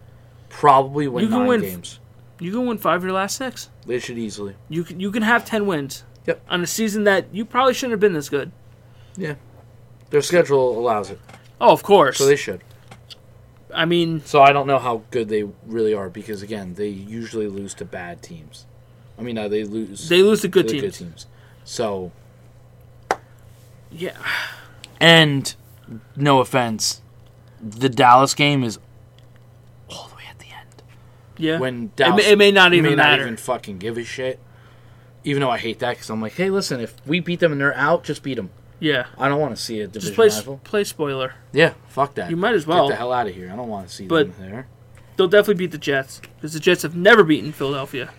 S1: probably win
S2: You can
S1: nine
S2: win-
S1: games.
S2: you can win five of your last six.
S1: They should easily.
S2: You can, you can have ten wins.
S1: Yep.
S2: On a season that you probably shouldn't have been this good.
S1: Yeah. Their schedule allows it.
S2: Oh, of course.
S1: So they should.
S2: I mean,
S1: So I don't know how good they really are because again, they usually lose to bad teams. I mean, uh, they lose
S2: they lose to
S1: to
S2: good
S1: the
S2: teams.
S1: good teams. So
S2: Yeah.
S1: and no offense, the Dallas game is all the way at the end.
S2: Yeah.
S1: When
S2: it,
S1: Dallas
S2: may, it may not
S1: may
S2: even matter.
S1: even fucking give a shit. Even though I hate that because I'm like, hey, listen, if we beat them and they're out, just beat them.
S2: yeah.
S1: I don't want to see a division
S2: Just play
S1: rival.
S2: play spoiler.
S1: Yeah, fuck that.
S2: You might as well.
S1: get the hell out of here. I don't want to see
S2: But-
S1: them there.
S2: They'll definitely beat the Jets because the Jets have never beaten Philadelphia.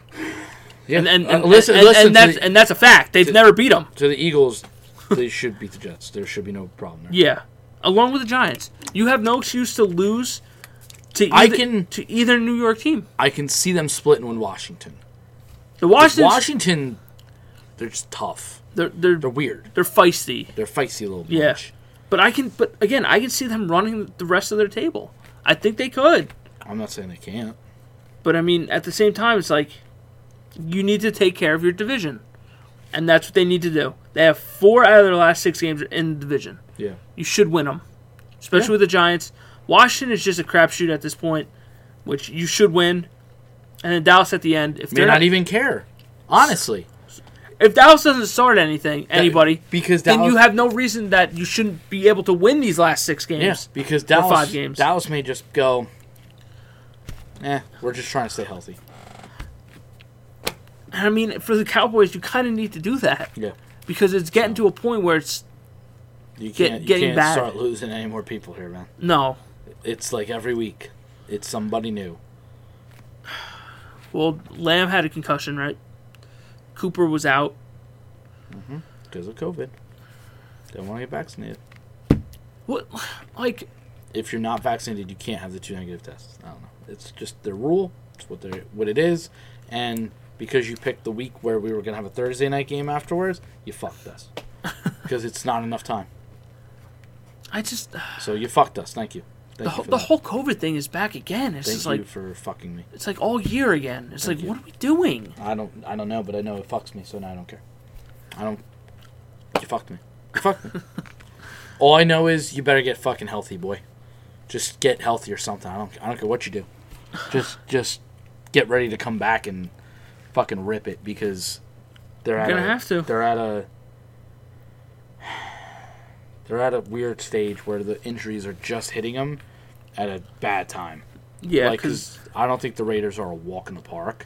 S1: Yeah,
S2: And and,
S1: uh,
S2: and,
S1: listen,
S2: and,
S1: listen
S2: and
S1: to,
S2: that's
S1: the,
S2: and that's a fact. They've never beat them.
S1: to the Eagles. They should beat the Jets. There should be no problem. There.
S2: Yeah. Along with the Giants, you have no excuse to lose to either,
S1: I can-
S2: to either New York team.
S1: I can see them splitting with Washington.
S2: The Washington,
S1: Washington, they're just tough.
S2: they're, they're
S1: They're weird.
S2: they're feisty.
S1: They're feisty little bitch.
S2: Yeah. But I can, but again, I can see them running the rest of their table. I think they could.
S1: I'm not saying they can't.
S2: But I mean, at the same time, it's like you need to take care of your division, and that's what they need to do. They have four out of their last six games in the division.
S1: Yeah.
S2: You should win them, especially with the Giants. Washington is just a crapshoot at this point, which you should win. And then Dallas at the end. If
S1: May
S2: they're
S1: not
S2: not,
S1: even care. Honestly.
S2: if Dallas doesn't start anything, anybody,
S1: Because
S2: then
S1: Dallas-
S2: you have no reason that you shouldn't be able to win these last six games.
S1: Yeah, because Dallas
S2: five games.
S1: Dallas may just go. Eh, we're just trying to stay healthy.
S2: And I mean, for the Cowboys, you kind of need to do that
S1: Yeah.
S2: because it's getting to a point where it's
S1: You
S2: Get-
S1: can't,
S2: getting
S1: you can't
S2: bad.
S1: start losing any more people here, man.
S2: no.
S1: It's like every week, it's somebody new.
S2: Well, Lamb had a concussion, right? Cooper was out.
S1: because of COVID. Don't want to get vaccinated.
S2: What, like,
S1: If you're not vaccinated, you can't have the two negative tests. I don't know. It's just the rule. It's what they what it is. And because you picked the week where we were gonna have a Thursday night game afterwards, you fucked us. Because it's not enough time.
S2: I just
S1: So you fucked us. Thank you. Thank
S2: the,
S1: you
S2: whole-
S1: for
S2: the
S1: that.
S2: whole COVID thing is back again. It's
S1: Thank
S2: just
S1: you
S2: like
S1: for fucking me.
S2: it's like all year again. It's like
S1: you.
S2: what are we doing?
S1: I don't I don't know, but I know it fucks me, so now I don't care. I don't you fucked me. You fucked me. All I know is you better get fucking healthy, boy. Just get healthy or something. I don't I don't care what you do. Just just get ready to come back and fucking rip it because they're at
S2: gonna
S1: a,
S2: have to.
S1: They're at a they're at a weird stage where the injuries are just hitting them at a bad time.
S2: Yeah,
S1: Like,
S2: because
S1: 'cause I don't think the Raiders are a walk in the park.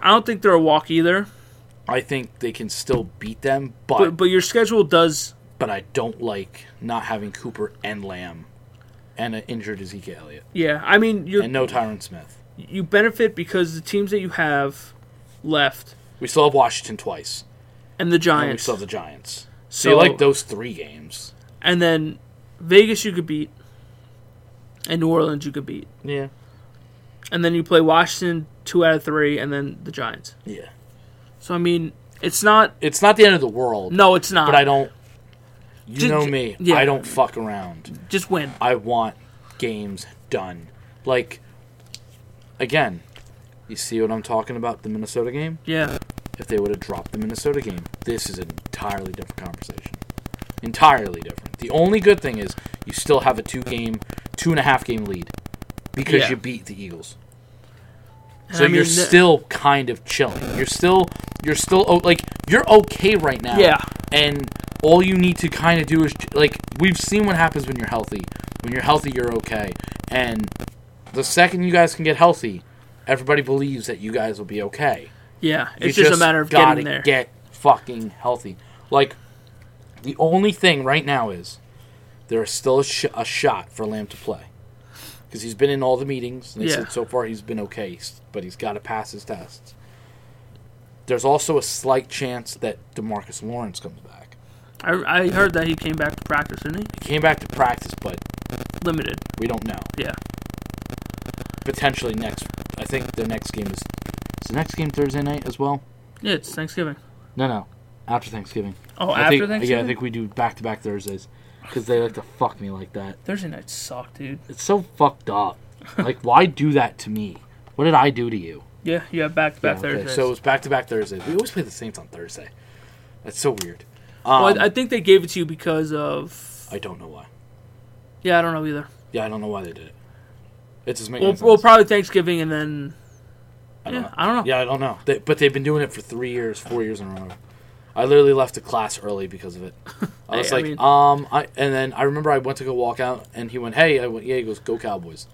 S2: I don't think they're a walk either.
S1: I think they can still beat them, but
S2: But
S1: but,
S2: but your schedule does.
S1: I don't like not having Cooper and Lamb and an injured Ezekiel Elliott
S2: Yeah, I mean you
S1: and no Tyron Smith.
S2: you benefit because the teams that you have left
S1: We still have Washington twice,
S2: and the
S1: and we
S2: Giants.
S1: still have the Giants. So,
S2: so
S1: you like those three games?
S2: and then Vegas you could beat, and New Orleans you could beat,
S1: Yeah,
S2: and then you play Washington two out of three, and then the Giants.
S1: yeah.
S2: So I mean, it's not.
S1: It's not the end of the world.
S2: No, it's not.
S1: but I don't. You
S2: Ju-
S1: know
S2: ju-
S1: me.
S2: yeah.
S1: I don't fuck around.
S2: just win.
S1: I want games done. Like again, you see what I'm talking about? The Minnesota game.
S2: Yeah,
S1: if they would have dropped the Minnesota game. This is an entirely different conversation. Entirely different. The only good thing is you still have a two game, two and a half game lead because
S2: Yeah.
S1: you beat the Eagles.
S2: And
S1: So
S2: I mean,
S1: you're
S2: th-
S1: still kind of chilling. You're still, you're still oh, like you're okay right now.
S2: Yeah.
S1: And all you need to kind of do is like we've seen what happens when you're healthy. When you're healthy, you're okay. And the second you guys can get healthy, everybody believes that you guys will be okay.
S2: Yeah,
S1: You
S2: it's just, a matter of
S1: gotta
S2: getting there.
S1: Get fucking healthy. Like the only thing right now is there is still a, sh- a shot for Lamb to play because he's been in all the meetings. And they
S2: Yeah.
S1: said so far he's been okay, s- but he's got to pass his tests. There's also a slight chance that Demarcus Lawrence comes back.
S2: I, I heard that he came back to practice, didn't he?
S1: He came back to practice, but
S2: Limited.
S1: we don't know.
S2: Yeah.
S1: Potentially next. I think the next game is. Is the next game Thursday night as well?
S2: Yeah, it's Thanksgiving.
S1: No, no. After Thanksgiving.
S2: Oh,
S1: I
S2: after
S1: think,
S2: Thanksgiving.
S1: Yeah, I think we do back to back Thursdays because they like to fuck me like that.
S2: Thursday nights suck, dude.
S1: It's so fucked up. like, why do that to me? What did I do to you?
S2: Yeah, you have back to back
S1: Yeah, okay,
S2: Thursdays.
S1: So it was back to back Thursdays. We always play the Saints on Thursday. That's so weird. Um,
S2: well, I,
S1: I,
S2: I think they gave it to you because of.
S1: don't know why.
S2: Yeah, I don't know either.
S1: Yeah, I don't know why they did it. It just makes
S2: Well,
S1: sense.
S2: well, probably Thanksgiving and then.
S1: I don't
S2: Yeah,
S1: know.
S2: I don't know.
S1: Yeah, I don't know. They, but they've been doing it for three years, four years in a row. I literally left the class early because of it. I was
S2: I- I
S1: like,
S2: mean-
S1: um, I and then I remember I went to go walk out, and he went, "Hey," I went, "Yeah." He goes, "Go Cowboys,"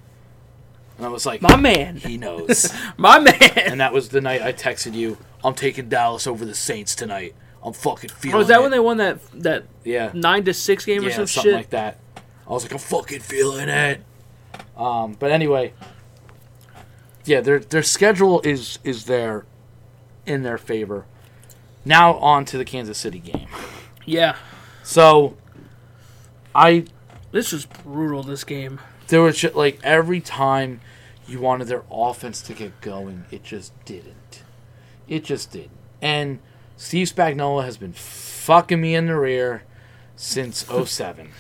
S1: and I was like,
S2: My man,
S1: "He knows."
S2: my man.
S1: and that was the night I texted you, "I'm taking Dallas over the Saints tonight. I'm fucking feeling."
S2: Was Oh, that when
S1: it."
S2: they won that that
S1: Yeah,
S2: nine to six game or
S1: yeah,
S2: some
S1: something
S2: shit?
S1: like that. I was like, "I'm fucking feeling it." Um, but anyway, yeah, their their schedule is is there in their favor. Now on to the Kansas City game.
S2: Yeah,
S1: So I
S2: this was brutal. This game.
S1: there was just, like every time you wanted their offense to get going, it just didn't. It just didn't. And Steve Spagnuolo has been fucking me in the rear since 07.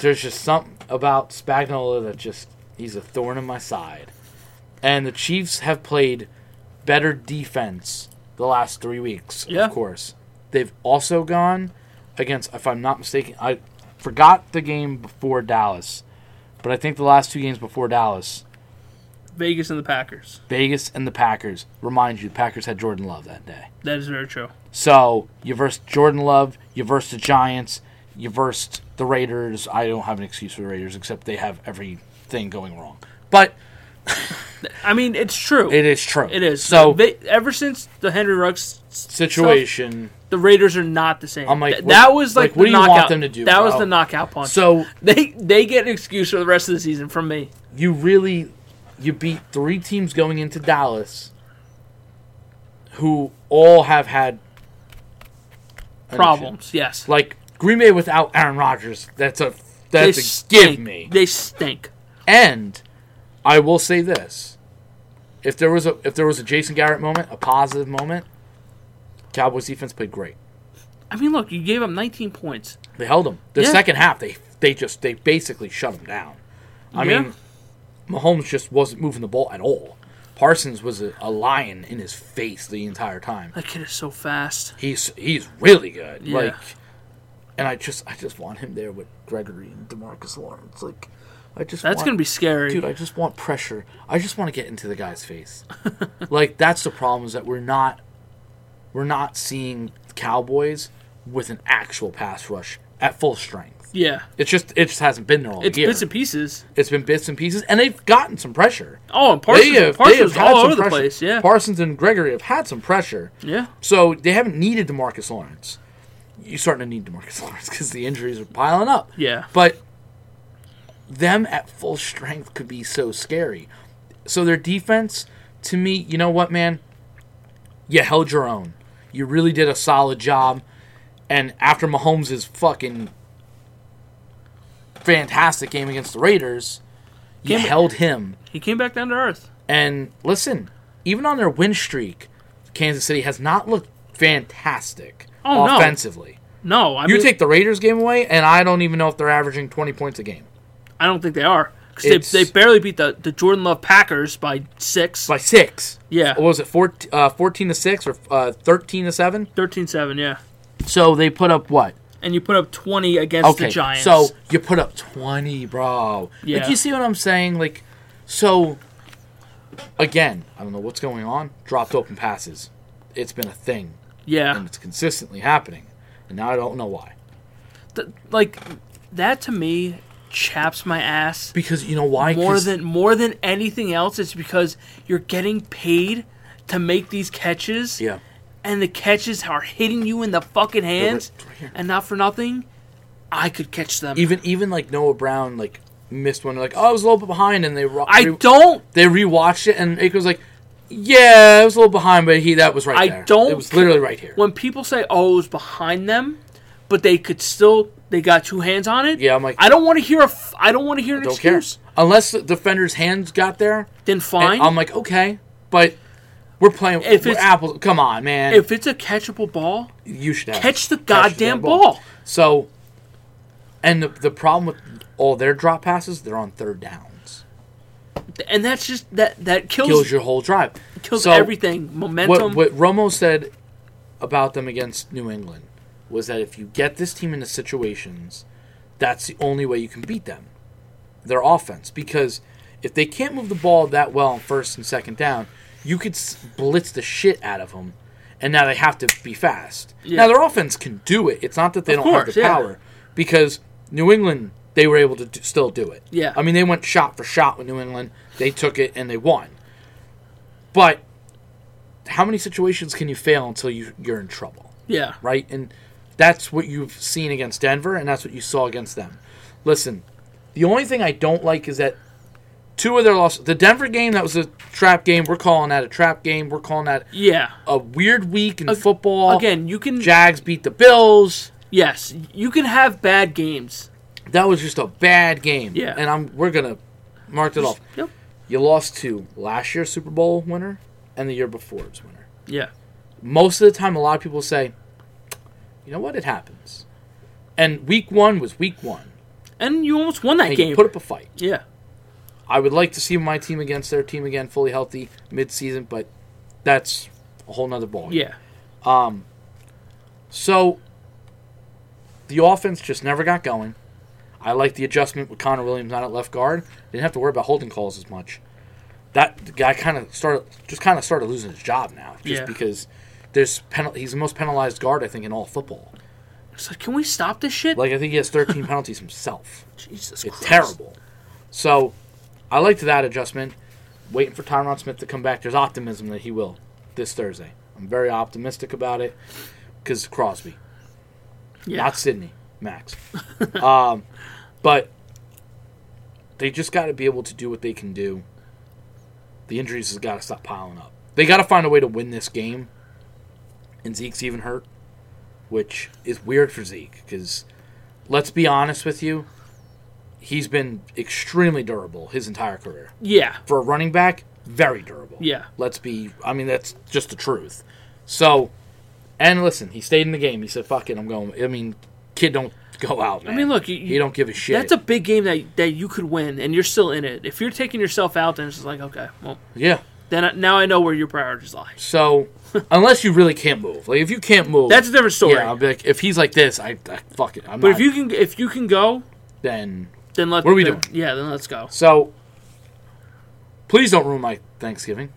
S1: There's just something about Spagnuolo that just he's a thorn in my side. and the Chiefs have played better defense the last three weeks.
S2: Yeah.
S1: Of course, they've also gone against. If I'm not mistaken, I forgot the game before Dallas, but I think the last two games before Dallas,
S2: Vegas and the Packers.
S1: Vegas and the Packers. Remind you, the Packers had Jordan Love that day.
S2: That is very true.
S1: So you versed Jordan Love, you versed the Giants, you versed the Raiders. I don't have an excuse for the Raiders except they have everything going wrong. But
S2: I mean, it's true.
S1: it is true.
S2: It is.
S1: So
S2: they, ever since the Henry Ruggs s-
S1: situation.
S2: stuff, the Raiders are not the same.
S1: I'm like,
S2: Th-
S1: what-
S2: that was like,
S1: like, what
S2: the
S1: do you want
S2: knockout-
S1: them to do,
S2: That was
S1: bro?
S2: the knockout punch.
S1: So
S2: they they get an excuse for the rest of the season from me.
S1: you really you beat three teams going into Dallas who all have had an
S2: Problems, yes.
S1: issue. Like Green Bay without Aaron Rodgers, that's a
S2: they
S1: that's a
S2: stink.
S1: give me.
S2: They stink.
S1: And I will say this: if there was a if there was a Jason Garrett moment, a positive moment, Cowboys defense played great.
S2: I mean, look, you gave them 19 points.
S1: They held them. The
S2: Yeah.
S1: second half, they they just they basically shut them down. I
S2: Yeah.
S1: mean, Mahomes just wasn't moving the ball at all. Parsons was a, a lion in his face the entire time.
S2: That kid is so fast.
S1: He's he's really good.
S2: Yeah.
S1: Like, and I just I just want him there with Gregory and Demarcus Lawrence. Like, I just
S2: That's
S1: want-
S2: gonna be scary.
S1: dude, I just want pressure. I just want to get into the guy's face. like that's the problem is that we're not we're not seeing Cowboys with an actual pass rush at full strength.
S2: yeah,
S1: It's just it just hasn't been there all
S2: it's
S1: year.
S2: bits and pieces.
S1: it's been bits and pieces, and they've gotten some pressure.
S2: Oh, and Parsons,
S1: they have,
S2: Parsons
S1: they have had
S2: all
S1: some
S2: over the
S1: pressure.
S2: place. Yeah,
S1: Parsons and Gregory have had some pressure,
S2: yeah.
S1: so they haven't needed Demarcus Lawrence. You're starting to need Demarcus Lawrence because the injuries are piling up.
S2: Yeah.
S1: But them at full strength could be so scary. So their defense, to me, you know what, man? You held your own. You really did a solid job. And after Mahomes' fucking fantastic game against the Raiders, you
S2: Can't be-
S1: held him.
S2: He came back down to earth.
S1: And listen, even on their win streak, Kansas City has not looked fantastic
S2: Oh, no.
S1: offensively.
S2: No, I
S1: You
S2: mean,
S1: take the Raiders game away, and I don't even know if they're averaging 20 points a game.
S2: I don't think they are because
S1: It's-
S2: they, they barely beat the, the Jordan Love Packers by six.
S1: By six.
S2: yeah,
S1: What was it, 14, uh, 14 to 6 or uh, 13 to 7?
S2: 13-7, Yeah,
S1: So they put up what?
S2: and you put up twenty against
S1: Okay.
S2: the Giants.
S1: So you put up 20, bro.
S2: Yeah.
S1: Like, you see what I'm saying? Like, so, again, I don't know what's going on. Dropped open passes. It's been a thing,
S2: yeah,
S1: and it's consistently happening. And now I don't know why.
S2: Th- like that to me chaps my ass
S1: Because you know why?
S2: more
S1: 'Cause
S2: than more than anything else. It's because you're getting paid to make these catches.
S1: yeah,
S2: and the catches are hitting you in the fucking hands,
S1: right- right here.
S2: and not for nothing, I could catch them.
S1: even even like Noah Brown like missed one. Like oh, I was a little bit behind, and they ro-
S2: I
S1: re-
S2: don't.
S1: they rewatched it, and Aker was like, yeah, it was a little behind, but he that was right
S2: I
S1: there.
S2: don't
S1: It was literally right here.
S2: When people say, "Oh, it was behind them," but they could still they got two hands on it.
S1: Yeah, I'm like-
S2: I don't want to hear a. F- I don't want to hear an
S1: don't care.
S2: excuse.
S1: Unless the defender's hands got there,
S2: Then
S1: and
S2: fine.
S1: I'm like, okay, but we're playing.
S2: If
S1: If we're
S2: it's-
S1: apples, come on, man.
S2: if it's a catchable ball,
S1: you should have
S2: catch the
S1: damn
S2: goddamn ball.
S1: So, and the the problem with all their drop passes, they're on third downs.
S2: and that's just that that kills
S1: Kills your whole drive.
S2: kills
S1: So,
S2: everything momentum.
S1: What, what Romo said about them against New England was that if you get this team into situations, that's the only way you can beat them, their offense. Because if they can't move the ball that well on first and second down, you could s- blitz the shit out of them, and now they have to be fast.
S2: Yeah.
S1: Now their offense can do it. It's not that they
S2: Of
S1: don't
S2: course,
S1: have the
S2: yeah.
S1: power, because New England they were able to do, still do it.
S2: Yeah.
S1: I mean they went shot for shot with New England. They took it and they won. But how many situations can you fail until you you're in trouble,
S2: yeah,
S1: right? And that's what you've seen against Denver, and that's what you saw against them. Listen, the only thing I don't like is that two of their losses. The Denver game that was a trap game. We're calling that a trap game. We're calling that
S2: yeah.
S1: a weird week in football.
S2: Again, you can
S1: Jags beat the Bills.
S2: yes, you can have bad games.
S1: That was just a bad game.
S2: Yeah.
S1: and I'm we're gonna mark it off.
S2: Yep.
S1: You lost to last year's Super Bowl winner and the year before's winner.
S2: Yeah.
S1: most of the time a lot of people say you know what it happens and week one was week one
S2: And you almost won that
S1: and
S2: game.
S1: you put up a fight
S2: yeah.
S1: I would like to see my team against their team again, fully healthy midseason, but that's a whole nother ball.
S2: Yeah.
S1: So the offense just never got going. I like the adjustment with Connor Williams not at left guard. Didn't have to worry about holding calls as much. That guy kind of started just kind of started losing his job now, just
S2: Yeah.
S1: because there's penal- he's the most penalized guard I think in all football.
S2: It's like, can we stop this shit?
S1: Like I think he has 13 penalties himself.
S2: Jesus
S1: It's
S2: Christ.
S1: terrible. So I liked that adjustment. Waiting for Tyron Smith to come back. There's optimism that he will this Thursday. I'm very optimistic about it because Crosby,
S2: Yeah.
S1: not Sydney, Max. um, but they just got to be able to do what they can do. The injuries has got to stop piling up. They got to find a way to win this game. And Zeke's even hurt, which is weird for Zeke because let's be honest with you, he's been extremely durable his entire career.
S2: yeah.
S1: For a running back, very durable.
S2: Yeah.
S1: Let's be, I mean, that's just the truth. So, and listen, he stayed in the game. He said, fuck it, I'm going. I mean, kid don't go out, man.
S2: I mean, look, you,
S1: He don't give a shit.
S2: that's a big game that that you could win, and you're still in it. If you're taking yourself out, then it's just like, okay, well,
S1: yeah.
S2: then I, now I know where your priorities lie.
S1: So, unless you really can't move, like if you can't move,
S2: That's a different story.
S1: Yeah, I'll be like, if he's like this, I, I fuck it. I'm
S2: but
S1: not,
S2: if you can, if you can go,
S1: then
S2: then let.
S1: What are we
S2: then-
S1: doing?
S2: Yeah, then let's go.
S1: so. Please don't ruin my Thanksgiving.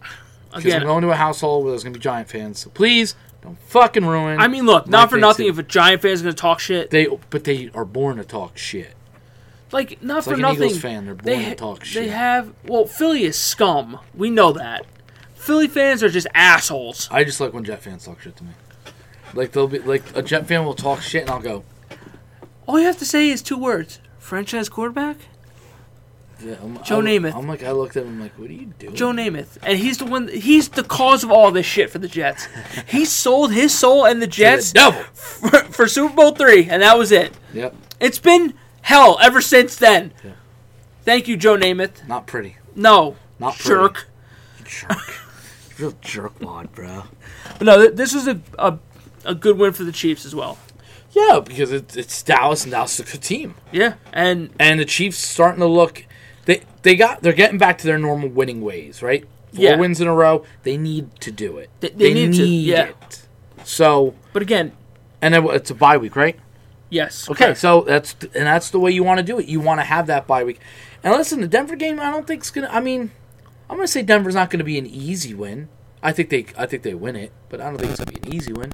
S1: Because I'm
S2: Again,
S1: going to a household where there's going to be Giant fans. So please don't fucking ruin.
S2: I mean, look,
S1: my
S2: not for nothing.
S1: Thanksgiving.
S2: If a Giant fan's gonna talk shit,
S1: They but they are born to talk shit.
S2: like not for
S1: like an
S2: nothing.
S1: Eagles fan, they're born to
S2: ha-
S1: talk
S2: They
S1: shit.
S2: have well, Philly is scum. We know that. Philly fans are just assholes.
S1: I just like when Jet fans talk shit to me. Like they'll be like a Jet fan will talk shit and I'll go,
S2: All you have to say is two words: franchise quarterback,
S1: yeah, I'm,
S2: Joe
S1: I'm-
S2: Namath.
S1: I'm like I looked at him I'm like, what are you doing?
S2: Joe Namath, and he's the one. He's the cause of all this shit for the Jets. He sold his soul and the Jets
S1: devil.
S2: for, for Super Bowl three, and that was it.
S1: Yep,
S2: It's been hell ever since then. Thank you, Joe Namath.
S1: not pretty.
S2: No,
S1: Not
S2: jerk.
S1: pretty. Jerk, real jerk wad, bro.
S2: But no, th- this was a, a a good win for the Chiefs as well.
S1: Yeah, because it, it's Dallas and Dallas is a good team,
S2: Yeah, and
S1: and the Chiefs starting to look. They they got they're getting back to their normal winning ways, right? Four
S2: Yeah.
S1: wins in a row. They need to do it.
S2: They- they need to, yeah.
S1: it. So
S2: but again,
S1: and then it's a bye week, right?
S2: yes.
S1: Okay, so that's and that's the way you want to do it. You want to have that bye week. And listen, the Denver game, I don't think's gonna. I mean, I'm gonna say Denver's not gonna be an easy win. I think they, I think they win it, but I don't think it's gonna be an easy win.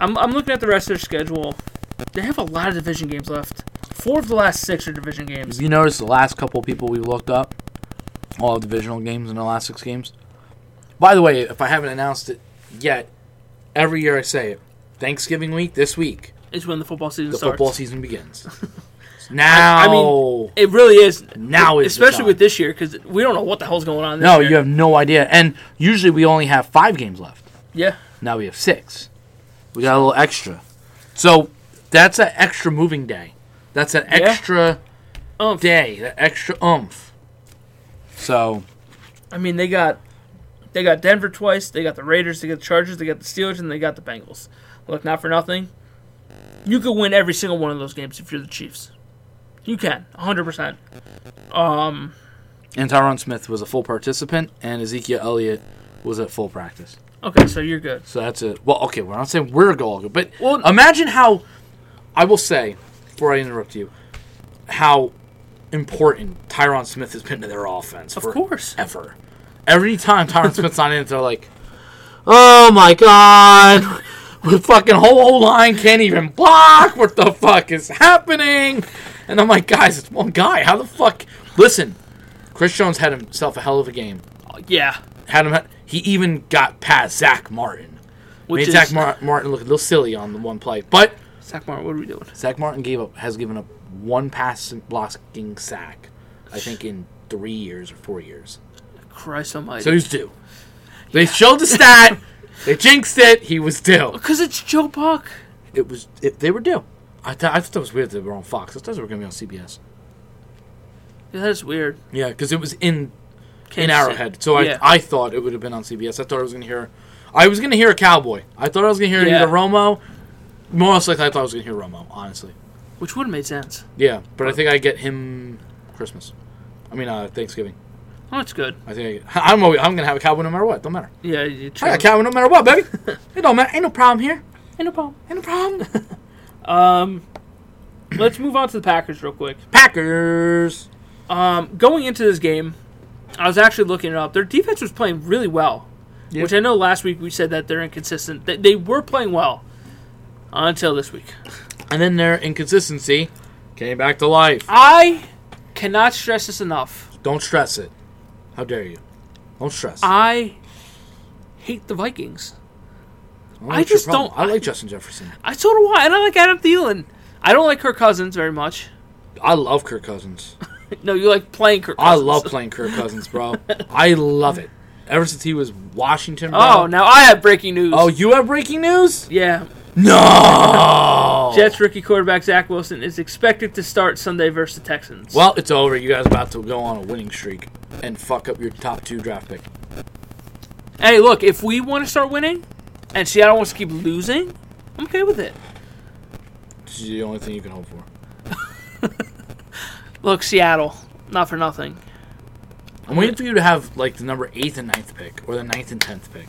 S2: I'm I'm looking at the rest of their schedule. They have a lot of division games left. Four of the last six are division games.
S1: You notice the last couple of people we looked up, all divisional games in the last six games. By the way, if I haven't announced it yet, every year I say it. Thanksgiving week this week,
S2: Is when the football season
S1: the
S2: starts.
S1: football season begins. now,
S2: I mean, it really is
S1: Now is the
S2: especially
S1: time.
S2: with this year because we don't know what the hell's going on. This
S1: no,
S2: year.
S1: you have no idea. And usually we only have five games left.
S2: yeah,
S1: Now we have six. We got a little extra. So that's an extra moving day. That's an extra
S2: Oomph.
S1: day. That extra oomph. So
S2: I mean they got they got Denver twice, they got the Raiders, they got the Chargers, they got the Steelers, and they got the Bengals. Look, not for nothing, you could win every single one of those games if you're the Chiefs. You can, 100. percent
S1: and Tyron Smith was a full participant, and Ezekiel Elliott was at full practice.
S2: Okay, so you're good.
S1: So that's it. Well, okay, we're not saying we're going, but
S2: Well-
S1: imagine how. I will say before I interrupt you, how important Tyron Smith has been to their offense.
S2: Of course.
S1: ever. Every time Tyron Smith's not in it, they're like, "Oh my god, the fucking whole O line can't even block. What the fuck is happening?" And I'm like, "Guys, it's one guy. How the fuck?" Listen, Chris Jones had himself a hell of a game.
S2: Yeah,
S1: Had him. He even got past Zach Martin.
S2: which
S1: Made
S2: is
S1: Zach Mar- Martin look a little silly on the one play, but
S2: Zach Martin. What are we doing?
S1: Zach Martin gave up has given up one pass blocking sack, I think in three years or four years.
S2: Christ
S1: So
S2: Almighty.
S1: he's due. They showed the stat. they jinxed it. He was due.
S2: Because it's Joe Buck.
S1: It was. It, they were due. I, th- I thought that was weird that they were on Fox. I thought they were going to be on CBS.
S2: Yeah, that is weird.
S1: Yeah, because it was in in
S2: Kansas City.
S1: Arrowhead. So I
S2: Yeah.
S1: I thought it would have been on CBS. I thought I was going to hear. I was going to hear a cowboy. I thought I was going to hear
S2: Yeah.
S1: either Romo. Most likely, I thought I was going to hear Romo. Honestly,
S2: which would have made sense.
S1: yeah. But I think I get him Christmas. I mean, uh, Thanksgiving.
S2: Oh, it's good.
S1: I think I, I'm always, I'm gonna have a cowboy no matter what. Don't matter.
S2: Yeah, you true.
S1: I got a cowboy no matter what, baby. it don't matter. Ain't no problem here.
S2: Ain't no problem.
S1: Ain't no problem.
S2: Let's move on to the Packers real quick.
S1: Packers.
S2: Um, going into this game, I was actually looking it up. Their defense was playing really well,
S1: Yeah.
S2: which I know last week we said that they're inconsistent. They, they were playing well until this week.
S1: And then their inconsistency came back to life.
S2: I cannot stress this enough.
S1: Don't stress it. How dare you? Don't stress.
S2: I hate the Vikings.
S1: don't
S2: I
S1: know what's your
S2: just
S1: problem.
S2: don't-
S1: I like Justin Jefferson.
S2: I so do I. And I like Adam Thielen. I don't like Kirk Cousins very much.
S1: I love Kirk Cousins.
S2: No, you like playing Kirk.
S1: I
S2: Cousins.
S1: love playing Kirk Cousins, bro. I love it. Ever since he was Washington. Bro.
S2: Oh, now I have breaking news.
S1: Oh, you have breaking news?
S2: yeah.
S1: No.
S2: Jets rookie quarterback Zach Wilson is expected to start Sunday versus the Texans.
S1: Well, it's over. You guys about to go on a winning streak and fuck up your top two draft pick.
S2: Hey, look, if we want to start winning and Seattle wants to keep losing, I'm okay with it.
S1: This is the only thing you can hope for.
S2: Look, Seattle, not for nothing.
S1: I'm waiting for you to have like the number eighth and ninth pick, or the ninth and tenth pick.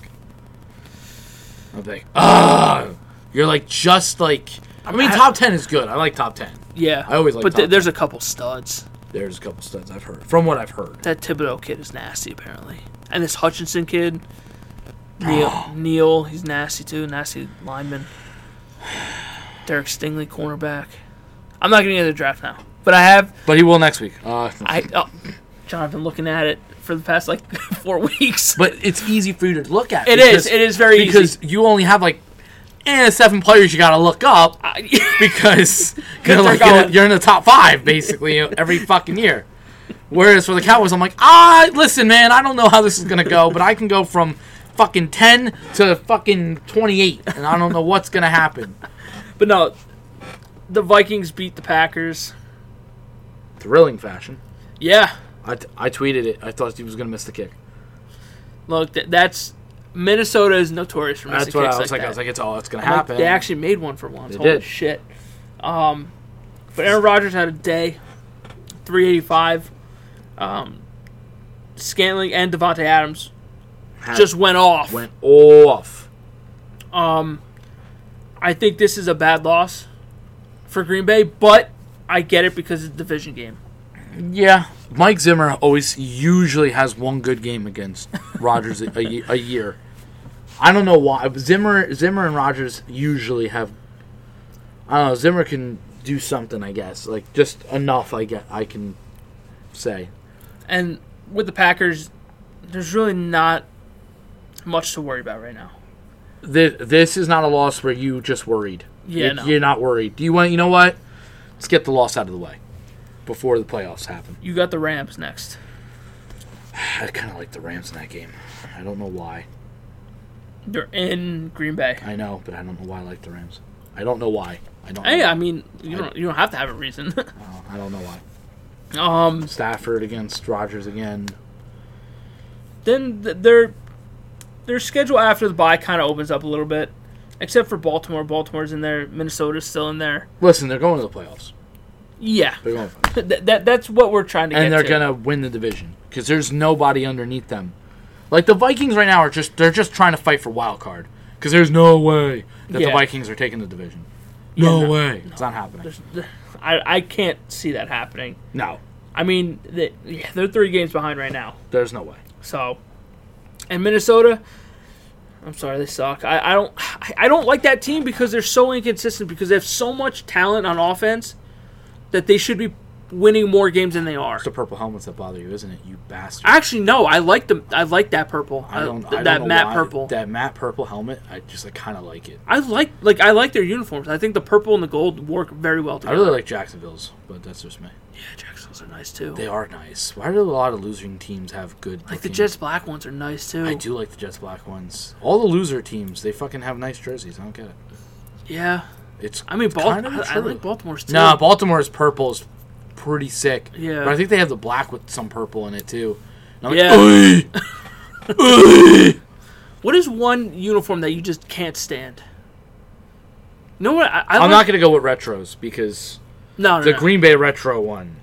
S1: I'm like, ah, you're like just like. I mean, top ten is good. I like top ten.
S2: Yeah.
S1: I always like
S2: But
S1: top
S2: th- there's a couple studs.
S1: There's a couple studs I've heard from what I've heard.
S2: That Thibodeau kid is nasty, apparently. And this Hutchinson kid, Neil, Neil he's nasty too. Nasty lineman. Derek Stingley, cornerback. I'm not getting into the draft now, but I have.
S1: But he will next week. Uh,
S2: I oh, John, I've been looking at it for the past like four weeks.
S1: but it's easy for you to look at.
S2: It is. It is very
S1: because
S2: easy.
S1: you only have like eh, seven players you got to look up
S2: I-
S1: because you're,
S2: they're
S1: like
S2: going.
S1: you're in the top five basically every fucking year. Whereas for the Cowboys, I'm like, ah, listen, man, I don't know how this is gonna go, but I can go from fucking ten to fucking twenty-eight, and I don't know what's gonna happen.
S2: But no, the Vikings beat the Packers.
S1: Thrilling fashion.
S2: Yeah,
S1: I, t- I tweeted it. I thought he was gonna miss the kick.
S2: look, that, that's Minnesota is notorious for missing
S1: That's what
S2: kicks
S1: I was like.
S2: like,
S1: I was like, it's all that's gonna
S2: that. Like,
S1: happen.
S2: they actually made one for once.
S1: They
S2: Holy
S1: did.
S2: shit! Um, but Aaron Rodgers had a day, three eighty five. Um, Scantling and Devontae Adams
S1: Had-
S2: just went off.
S1: went off.
S2: Um, I think this is a bad loss for Green Bay, but I get it because it's a division game.
S1: Yeah. Mike Zimmer always usually has one good game against Rodgers a, ye- a year. I don't know why. Zimmer Zimmer and Rodgers usually have I don't know, Zimmer can do something, I guess. Like just enough I get I can say.
S2: And with the Packers, there's really not much to worry about right now.
S1: This, this is not a loss where you just worried.
S2: Yeah,
S1: you're,
S2: no.
S1: you're not worried. Do you want you know what? Let's get the loss out of the way before the playoffs happen.
S2: You got the Rams next.
S1: I kind of like the Rams in that game. I don't know why.
S2: They're in Green Bay.
S1: I know, but I don't know why I like the Rams. I don't know why. I don't.
S2: Hey,
S1: know.
S2: I mean, you don't you don't have to have a reason.
S1: I don't know why.
S2: um,
S1: Stafford against Rogers again.
S2: then th- their their schedule after the bye kind of opens up a little bit, except for Baltimore. Baltimore's in there. Minnesota's still in there.
S1: Listen, they're going to the playoffs.
S2: Yeah,
S1: They're going,
S2: Th- that that's what we're trying to get.
S1: and they're
S2: to.
S1: gonna win the division because there's nobody underneath them. Like the Vikings right now are just they're just trying to fight for wild card because there's no way that
S2: Yeah.
S1: the Vikings are taking the division. No,
S2: no,
S1: way, it's not happening.
S2: There's- th- I I can't see that happening.
S1: No,
S2: I mean, they, yeah, they're three games behind right now.
S1: there's no way.
S2: So, and Minnesota, I'm sorry they suck. I, I don't I, I don't like that team because they're so inconsistent because they have so much talent on offense that they should be winning more games than they are.
S1: It's the purple helmets that bother you, isn't it, you bastard?
S2: Actually, no, I like them. I like that purple. I
S1: don't.
S2: th-
S1: I don't
S2: that
S1: know
S2: matte
S1: why.
S2: purple.
S1: That matte purple helmet. I just I kind of like it.
S2: I like like I like their uniforms. I think the purple and the gold work very well
S1: I
S2: together.
S1: really like Jacksonville's, but that's just me.
S2: yeah, Jacksons are nice too.
S1: They are nice. Why do a lot of losing teams have good?
S2: like the
S1: looking-
S2: Jets black ones are nice too.
S1: I do like the Jets black ones. All the loser teams, they fucking have nice jerseys. I don't get it.
S2: Yeah,
S1: It's
S2: I mean,
S1: it's
S2: Bal-
S1: kind of
S2: I, I
S1: true.
S2: like Baltimore's too.
S1: Nah, Baltimore's purple is pretty sick.
S2: Yeah.
S1: but I think they have the black with some purple in it too. And I'm
S2: Yeah.
S1: like, "Oi!
S2: What is one uniform that you just can't stand? You know what? I, I
S1: I'm
S2: like-
S1: not gonna go with retros because
S2: No, no,
S1: the
S2: no.
S1: Green Bay retro one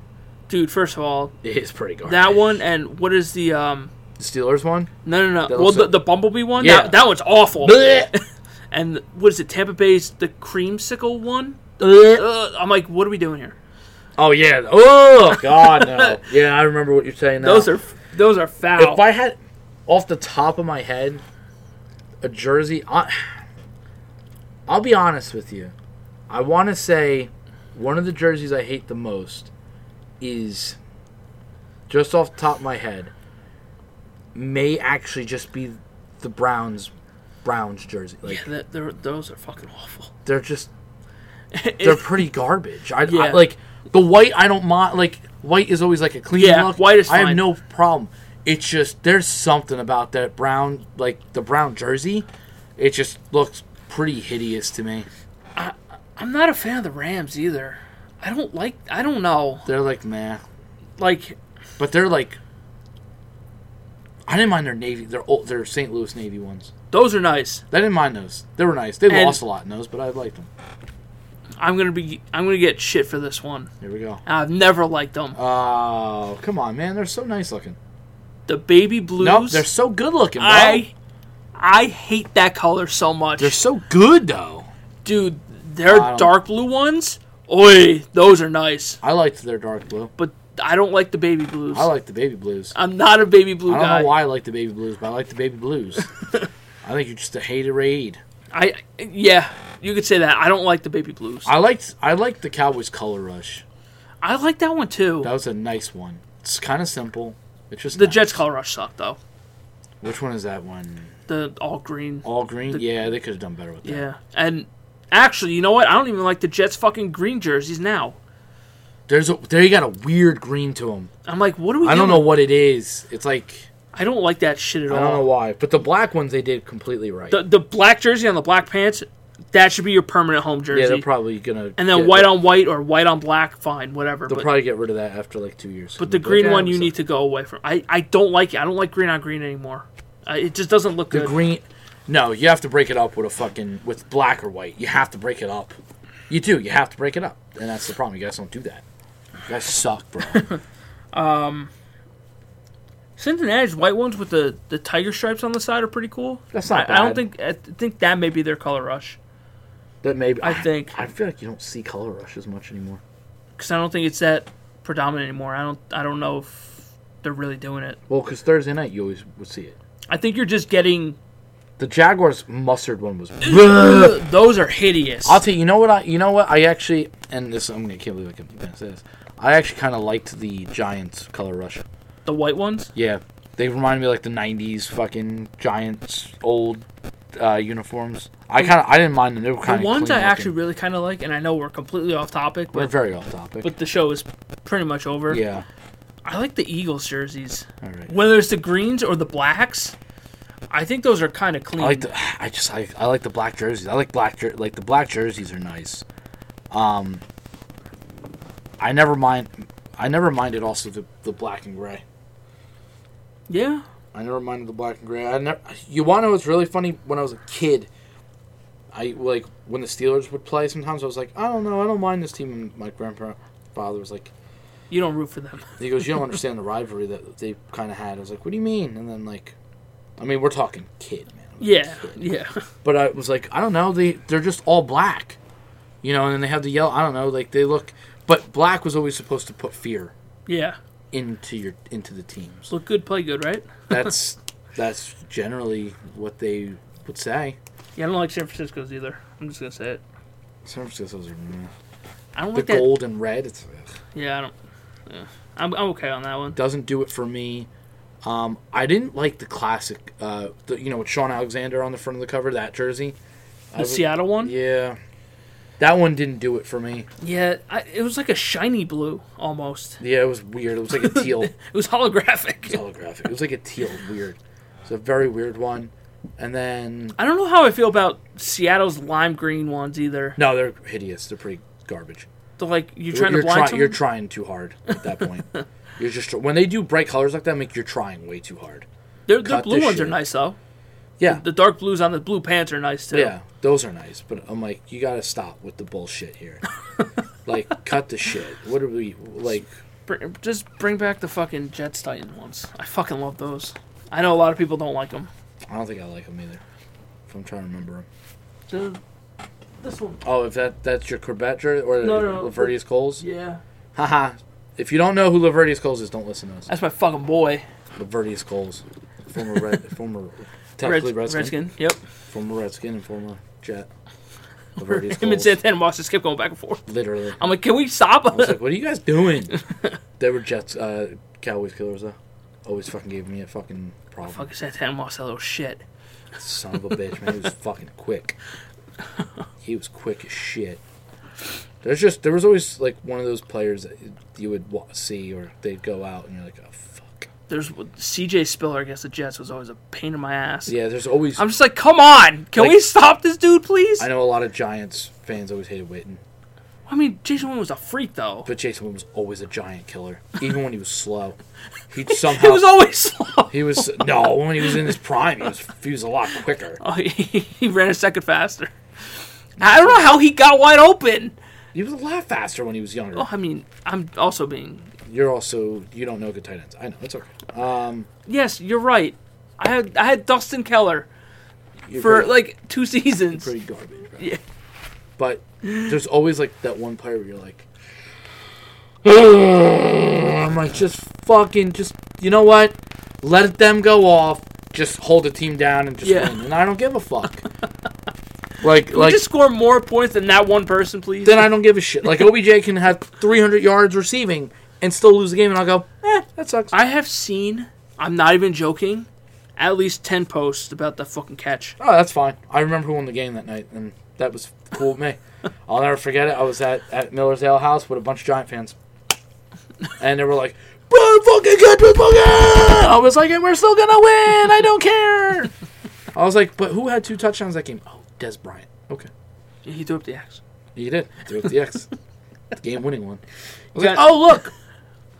S2: dude. First of all,
S1: It is pretty garbage.
S2: that one and what is the um?
S1: The Steelers one?
S2: No, no, no.
S1: That
S2: well,
S1: looks
S2: the,
S1: like-
S2: the bumblebee one.
S1: Yeah.
S2: That, that one's awful.
S1: Blech.
S2: and what is it? Tampa Bay's the creamsicle one.
S1: Blech.
S2: Uh, I'm like, what are we doing here?
S1: oh, yeah. Oh, God, no. Yeah, I remember what you're saying now.
S2: Those are those are foul.
S1: If I had, off the top of my head, a jersey, I, I'll be honest with you. I want to say one of the jerseys I hate the most is, just off the top of my head, may actually just be the Browns, Browns jersey. Like
S2: yeah, that, they're, those are fucking awful.
S1: they're just they're
S2: If-
S1: pretty garbage. I, I-
S2: Yeah.
S1: like the white. I don't mind. Like white is always like a clean
S2: Yeah,
S1: look.
S2: white is
S1: I
S2: fine.
S1: have no problem. It's just there's something about that brown, like the brown jersey. It just looks pretty hideous to me.
S2: I'm not a fan of the Rams either. I don't like. I don't know.
S1: They're like meh,
S2: Like
S1: but they're like. I didn't mind their navy. Their old, their St. Louis Navy ones.
S2: those are nice.
S1: I didn't mind those. They were nice. They
S2: And-
S1: lost a lot in those, but I liked them.
S2: I'm gonna be. I'm gonna get shit for this one.
S1: Here we go.
S2: I've never liked them.
S1: Oh, come on, man! They're so nice looking.
S2: The baby blues.
S1: No, they're so good looking. Bro.
S2: I. I hate that color so much.
S1: they're so good though.
S2: Dude, their
S1: I don't-
S2: dark blue ones. Oi, those are nice.
S1: I liked their dark blue.
S2: But I don't like the baby blues.
S1: I like the baby blues.
S2: I'm not a baby blue
S1: I don't
S2: guy.
S1: know why I like the baby blues, but I like the baby blues. I think you're just a hater aid.
S2: I yeah, you could say that. I don't like the baby blues. I,
S1: I liked I liked the Cowboys color rush.
S2: like that one too.
S1: That was a nice one. It's kind of simple. It's just
S2: the
S1: nice.
S2: Jets color rush sucked though.
S1: Which one is that one?
S2: The all green.
S1: All green. Oh, yeah, they could have done better with that.
S2: Yeah, and actually, you know what? I don't even like the Jets fucking green jerseys now.
S1: There's a they got a weird green to them.
S2: I'm like, what are we?
S1: I don't know
S2: doing?
S1: what it is. It's like
S2: I don't like that shit at
S1: I
S2: all.
S1: don't know why, but the black ones they did completely right.
S2: The the black jersey on the black pants, that should be your permanent home jersey.
S1: yeah, they're probably gonna
S2: and then
S1: get-
S2: white on white or white on black, fine, whatever.
S1: They'll
S2: But,
S1: probably get rid of that after like two years.
S2: but the green one you
S1: need.
S2: need to go away from. I, I don't like it. I don't like green on green anymore. I, it just doesn't look
S1: The
S2: good.
S1: green. No, you have to break it up with a fucking with black or white. You have to break it up. You do. You have to break it up, and that's the problem. You guys don't do that. You guys suck, bro.
S2: Cincinnati's white ones with the, the tiger stripes on the side are pretty cool.
S1: That's not
S2: I, I don't
S1: bad.
S2: think I th- think that may be their color rush
S1: that maybe
S2: I think-
S1: I feel like you don't see color rush as much anymore.
S2: because I don't think it's that predominant anymore. I don't I don't know if they're really doing it.
S1: Well, because Thursday night you always would see it.
S2: I think you're just getting
S1: The Jaguars mustard one was.
S2: those are hideous.
S1: I'll tell you. You know what? I you know what? I actually and this I'm gonna can't believe I can say this. I actually kind of liked the Giants color rush.
S2: the white ones.
S1: Yeah, they remind me of, like the '90s fucking Giants old uh, uniforms. I kind of I didn't mind them. They were
S2: The
S1: kind of
S2: ones I actually really kind of like, and I know we're completely off topic,
S1: We're
S2: but
S1: very off topic.
S2: but the show is pretty much over.
S1: yeah.
S2: I like the Eagles jerseys,
S1: All right.
S2: whether it's the greens or the blacks. I think those are kind of clean.
S1: I like the I just like I like the black jerseys. I like black jer- like the black jerseys are nice. Um. I never mind. I never minded also the, the black and gray.
S2: yeah,
S1: I never minded the black and gray. I never. You want to know what's really funny? When I was a kid, I like when the Steelers would play. Sometimes I was like, I don't know, I don't mind this team. And my grandpa father was like,
S2: you don't root for them.
S1: he goes, you don't understand the rivalry that they kind of had. I was like, what do you mean? And then like, I mean, we're talking kid, man. I was a
S2: Yeah,
S1: kid.
S2: yeah.
S1: But I was like, I don't know. They they're just all black, you know. And then they have the yellow. I don't know. Like they look, but black was always supposed to put fear
S2: Yeah.
S1: into your into the teams.
S2: Look good, play good, right?
S1: That's that's generally what they would say.
S2: Yeah, I don't like San Francisco's either. I'm just gonna say it.
S1: San Francisco's are meh.
S2: I don't
S1: the
S2: like that.
S1: gold and red. It's, ugh,
S2: Yeah, I don't. yeah. I'm, I'm okay on that one.
S1: doesn't do it for me. Um, I didn't like the classic, uh, the, you know, with Sean Alexander on the front of the cover, that jersey. I
S2: The
S1: was-
S2: Seattle one. Yeah,
S1: Yeah, that one didn't do it for me.
S2: I, it was like a shiny blue almost.
S1: Yeah, it was weird. It was like a teal
S2: It was holographic.
S1: holographic. It was like a teal weird. It's a very weird one. And then
S2: I don't know how I feel about Seattle's lime green ones either.
S1: no, they're hideous. They're pretty garbage.
S2: They're like you're trying
S1: you're
S2: to blind
S1: try- You're
S2: someone.
S1: trying too hard at that point. you're just when they do bright colors like that, make you're trying way too hard.
S2: Their the
S1: cut
S2: blue
S1: this
S2: ones are
S1: shit.
S2: nice though.
S1: Yeah,
S2: The dark blues on the blue pants are nice too.
S1: yeah, those are nice. But I'm like, you gotta stop with the bullshit here. like, cut the shit. What are we like?
S2: Br- just bring back the fucking Jets Titan ones. I fucking love those. I know a lot of people don't like them.
S1: I don't think I like him either. If I'm trying to remember him.
S2: this one.
S1: Oh, if that that's your Corbett jer- or
S2: No, no, no.
S1: Lavertius Coles?
S2: Yeah.
S1: Haha. If you don't know who Lavertius Coles is, don't listen to us.
S2: That's my fucking boy.
S1: Lavertius Coles, former red, former technically
S2: Red,
S1: Redskin,
S2: Redskin. Yep.
S1: former Redskin and former Jet. Lavertius
S2: Him and
S1: Coles,
S2: Santana Moss just kept going back and forth.
S1: literally.
S2: I'm like, can we stop?
S1: I was like, "What are you guys doing?" they were Jets, uh, Cowboys killers though. Always fucking gave me a fucking problem.
S2: fucking Santana Moss, that little shit.
S1: Son of a bitch, man. He was fucking quick. He was quick as shit. There's just there was always like one of those players that you would wa- see or they'd go out and you're like, oh fuck.
S2: There's CJ Spiller against the Jets was always a pain in my ass.
S1: Yeah, there's always.
S2: I'm just like, come on, can
S1: Like-
S2: we stop this dude, please?
S1: I
S2: I,
S1: know a lot of Giants fans always hated Witten,
S2: mean, Jason Wynn was a freak though.
S1: but Jason Witten was always a giant killer, even when he was slow. He'd
S2: He
S1: somehow
S2: was always slow.
S1: he was no when he was in his prime, he was he was a lot quicker.
S2: Oh, he, he ran a second faster. I don't know how he got wide open.
S1: He was a lot faster when he was younger.
S2: Oh, I mean, I'm also being.
S1: You're also you don't know good tight ends. I know it's okay.
S2: Yes, you're right. I had I had Dustin Keller
S1: You're
S2: for
S1: pretty-
S2: like two seasons.
S1: pretty garbage. Right?
S2: Yeah.
S1: But there's always like that one player where you're like, I'm like, just fucking, just you know what? Let them go off. Just hold the team down and just
S2: Yeah.
S1: win. And I don't give a fuck. like, like
S2: we just score more points than that one person, please.
S1: then I don't give a shit. Like OBJ can have 300 yards receiving and still lose the game, and I'll go, eh, that sucks.
S2: I have seen. I'm not even joking. At least ten posts about that fucking catch.
S1: Oh, that's fine. I remember who won the game that night, and that was cool with me. I'll never forget it. I was at, at Miller's Ale House with a bunch of Giant fans, and they were like, "Brian fucking get this fucking!" I was like, "And we're still gonna win. I don't care." I was like, "But who had two touchdowns that game?" Oh, Des Bryant. Okay,
S2: He threw up the axe.
S1: he did. Threw up the X, the game-winning one. I was
S2: Yeah.
S1: like, "Oh, look,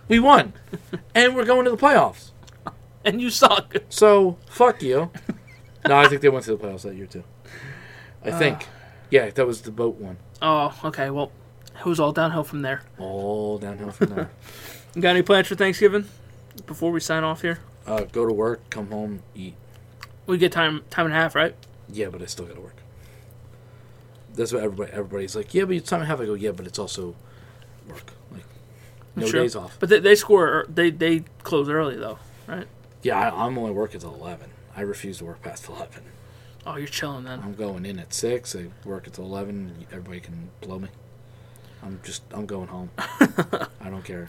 S1: we won, and we're going to the playoffs."
S2: and you suck.
S1: So fuck you. no, I think they went to the playoffs that year too. I think. Yeah, that was the boat one.
S2: Oh, okay. Well, it was all downhill from there.
S1: All downhill from there.
S2: You got any plans for Thanksgiving? Before we sign off here,
S1: uh, go to work, come home, eat.
S2: we get time time and a half, right?
S1: Yeah, but I still gotta work. That's what everybody everybody's like. Yeah, but it's time to have. I go. Yeah, but it's also work. Like no
S2: Sure.
S1: days off.
S2: But they, they score. They they close early though, right?
S1: Yeah, I, I'm only working till eleven. I refuse to work past eleven.
S2: Oh, you're chilling then.
S1: I'm going in at six. I work until eleven. Everybody can blow me. I'm just. I'm going home. I don't care.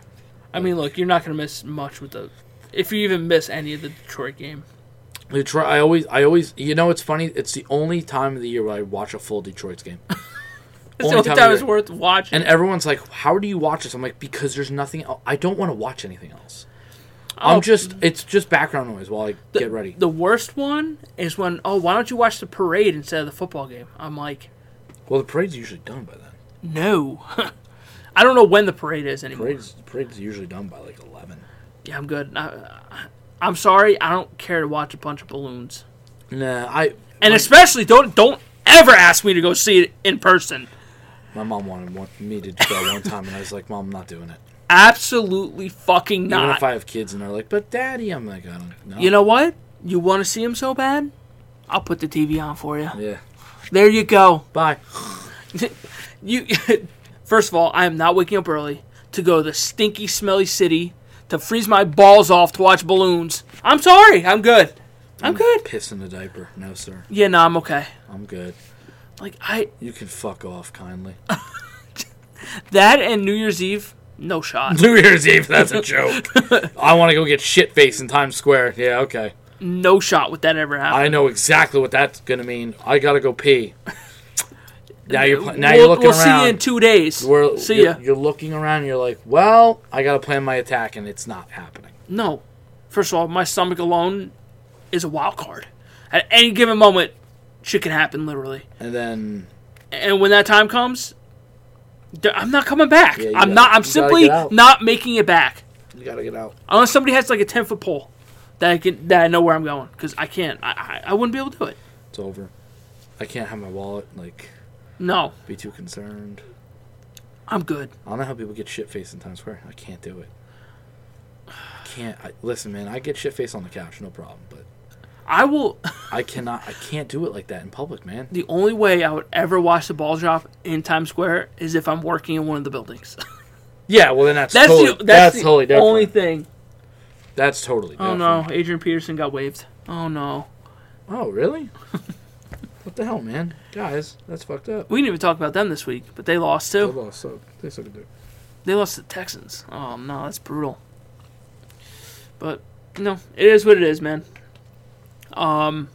S2: I mean, look, you're not gonna miss much with the, if you even miss any of the Detroit game.
S1: Detroit. I always, I always, you know, it's funny. It's the only time of the year where I watch a full Detroit's game,
S2: It's
S1: Only
S2: the only
S1: time
S2: time,
S1: we
S2: it's
S1: were-
S2: worth watching.
S1: and everyone's like, "How do you watch this?" I'm like, "Because there's nothing. Else. I don't want to watch anything else.
S2: Oh,
S1: I'm just, it's just background noise while I get ready.
S2: The worst one is when oh, why don't you watch the parade instead of the football game? I'm like,
S1: Well, the parade's usually done by then.
S2: no. I don't know when the parade is anymore.
S1: Parade's parade's usually done by like eleven.
S2: Yeah, I'm good. I, I, am sorry. I don't care to watch a bunch of balloons,
S1: Nah, I.
S2: and
S1: my,
S2: especially don't don't ever ask me to go see it in person.
S1: my mom wanted one, me to go one time, and I was like, "Mom, I'm not doing it."
S2: Absolutely fucking
S1: Even
S2: not.
S1: if I have kids, and they're like, "But Daddy," I'm like, "I don't know."
S2: you know what? You want to see him so bad? I'll put the TV on for you.
S1: Yeah.
S2: There you go.
S1: Bye.
S2: You. First of all, I am not waking up early to go to the stinky, smelly city to freeze my balls off to watch balloons. I'm sorry. I'm good.
S1: Mm.
S2: I'm good.
S1: Piss in a diaper. No, sir.
S2: Yeah, no, I'm okay.
S1: I'm good.
S2: Like I
S1: You can fuck off kindly.
S2: that and New Year's Eve, no shot.
S1: New Year's Eve, that's a joke. I want to go get shit faced in Times Square. Yeah, okay.
S2: no shot with that ever happening.
S1: I know exactly what that's gonna mean. I gotta go pee. Now you're pl- now
S2: we'll,
S1: you're looking
S2: we'll
S1: around.
S2: see you in two days.
S1: We're-
S2: see
S1: you're,
S2: ya.
S1: You're looking around. And you're like, well, I gotta plan my attack, and it's not happening.
S2: No. First of all, my stomach alone is a wild card. At any given moment, shit can happen literally.
S1: And then
S2: And when that time comes, there- I'm not coming back.
S1: Yeah, you
S2: I'm
S1: gotta-
S2: not.
S1: you
S2: I'm
S1: gotta
S2: simply
S1: get out.
S2: not making it back
S1: you gotta get out.
S2: unless somebody has like a ten foot pole that I can that I know where I'm going because I can't. I, I I wouldn't be able to do it.
S1: It's over. I can't have my wallet. Like,
S2: No,
S1: be too concerned.
S2: I'm good.
S1: I don't know how people get shit faced in Times Square. I can't do it. can't. I, listen, man, I get shit faced on the couch, no problem. But
S2: I will.
S1: I cannot. I can't do it like that in public, man.
S2: The only way I would ever watch the ball drop in Times Square is if I'm working in one of the buildings.
S1: Yeah, well then that's
S2: that's
S1: totally,
S2: the,
S1: that's,
S2: that's the
S1: totally different.
S2: only thing.
S1: that's totally
S2: Oh
S1: different.
S2: no, Adrian Peterson got waived. Oh no,
S1: Oh really? what the hell, man? Guys, that's fucked up.
S2: we didn't even talk about them this week, but they lost
S1: They
S2: too.
S1: lost, so they suck a dick.
S2: They lost to the Texans. Oh no, that's brutal. But no, it is what it is, man. Um,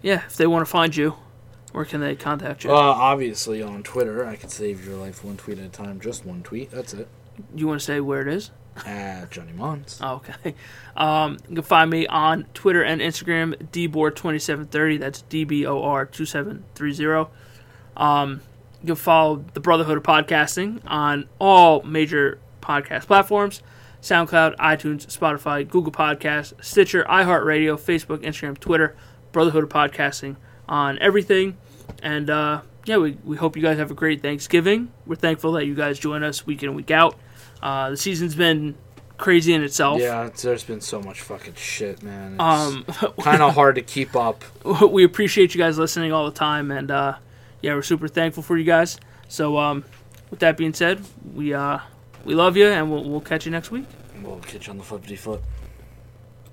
S2: yeah, if they want to find you, where can they contact you?
S1: Uh, obviously on Twitter, I could save your life one tweet at a time. Just one tweet. That's it.
S2: you want to say where it is?
S1: At Johnny Mons.
S2: Oh, Okay. Um, you can find me on Twitter and Instagram, dbor2730. That's dbor2730. Um, you can follow the Brotherhood of Podcasting on all major podcast platforms SoundCloud, iTunes, Spotify, Google Podcasts, Stitcher, iHeartRadio, Facebook, Instagram, Twitter, Brotherhood of Podcasting on everything. And uh, yeah, we, we hope you guys have a great Thanksgiving. We're thankful that you guys join us week in and week out. Uh, the season's been crazy in itself.
S1: Yeah, it's- there's been so much fucking shit, man. It's
S2: Oh. Um,
S1: kind of hard to keep up.
S2: we appreciate you guys listening all the time, and uh, yeah, we're super thankful for you guys. So, um, with that being said, we uh, we love you, and we'll, we'll catch you next week.
S1: We'll catch you on the flippity flip.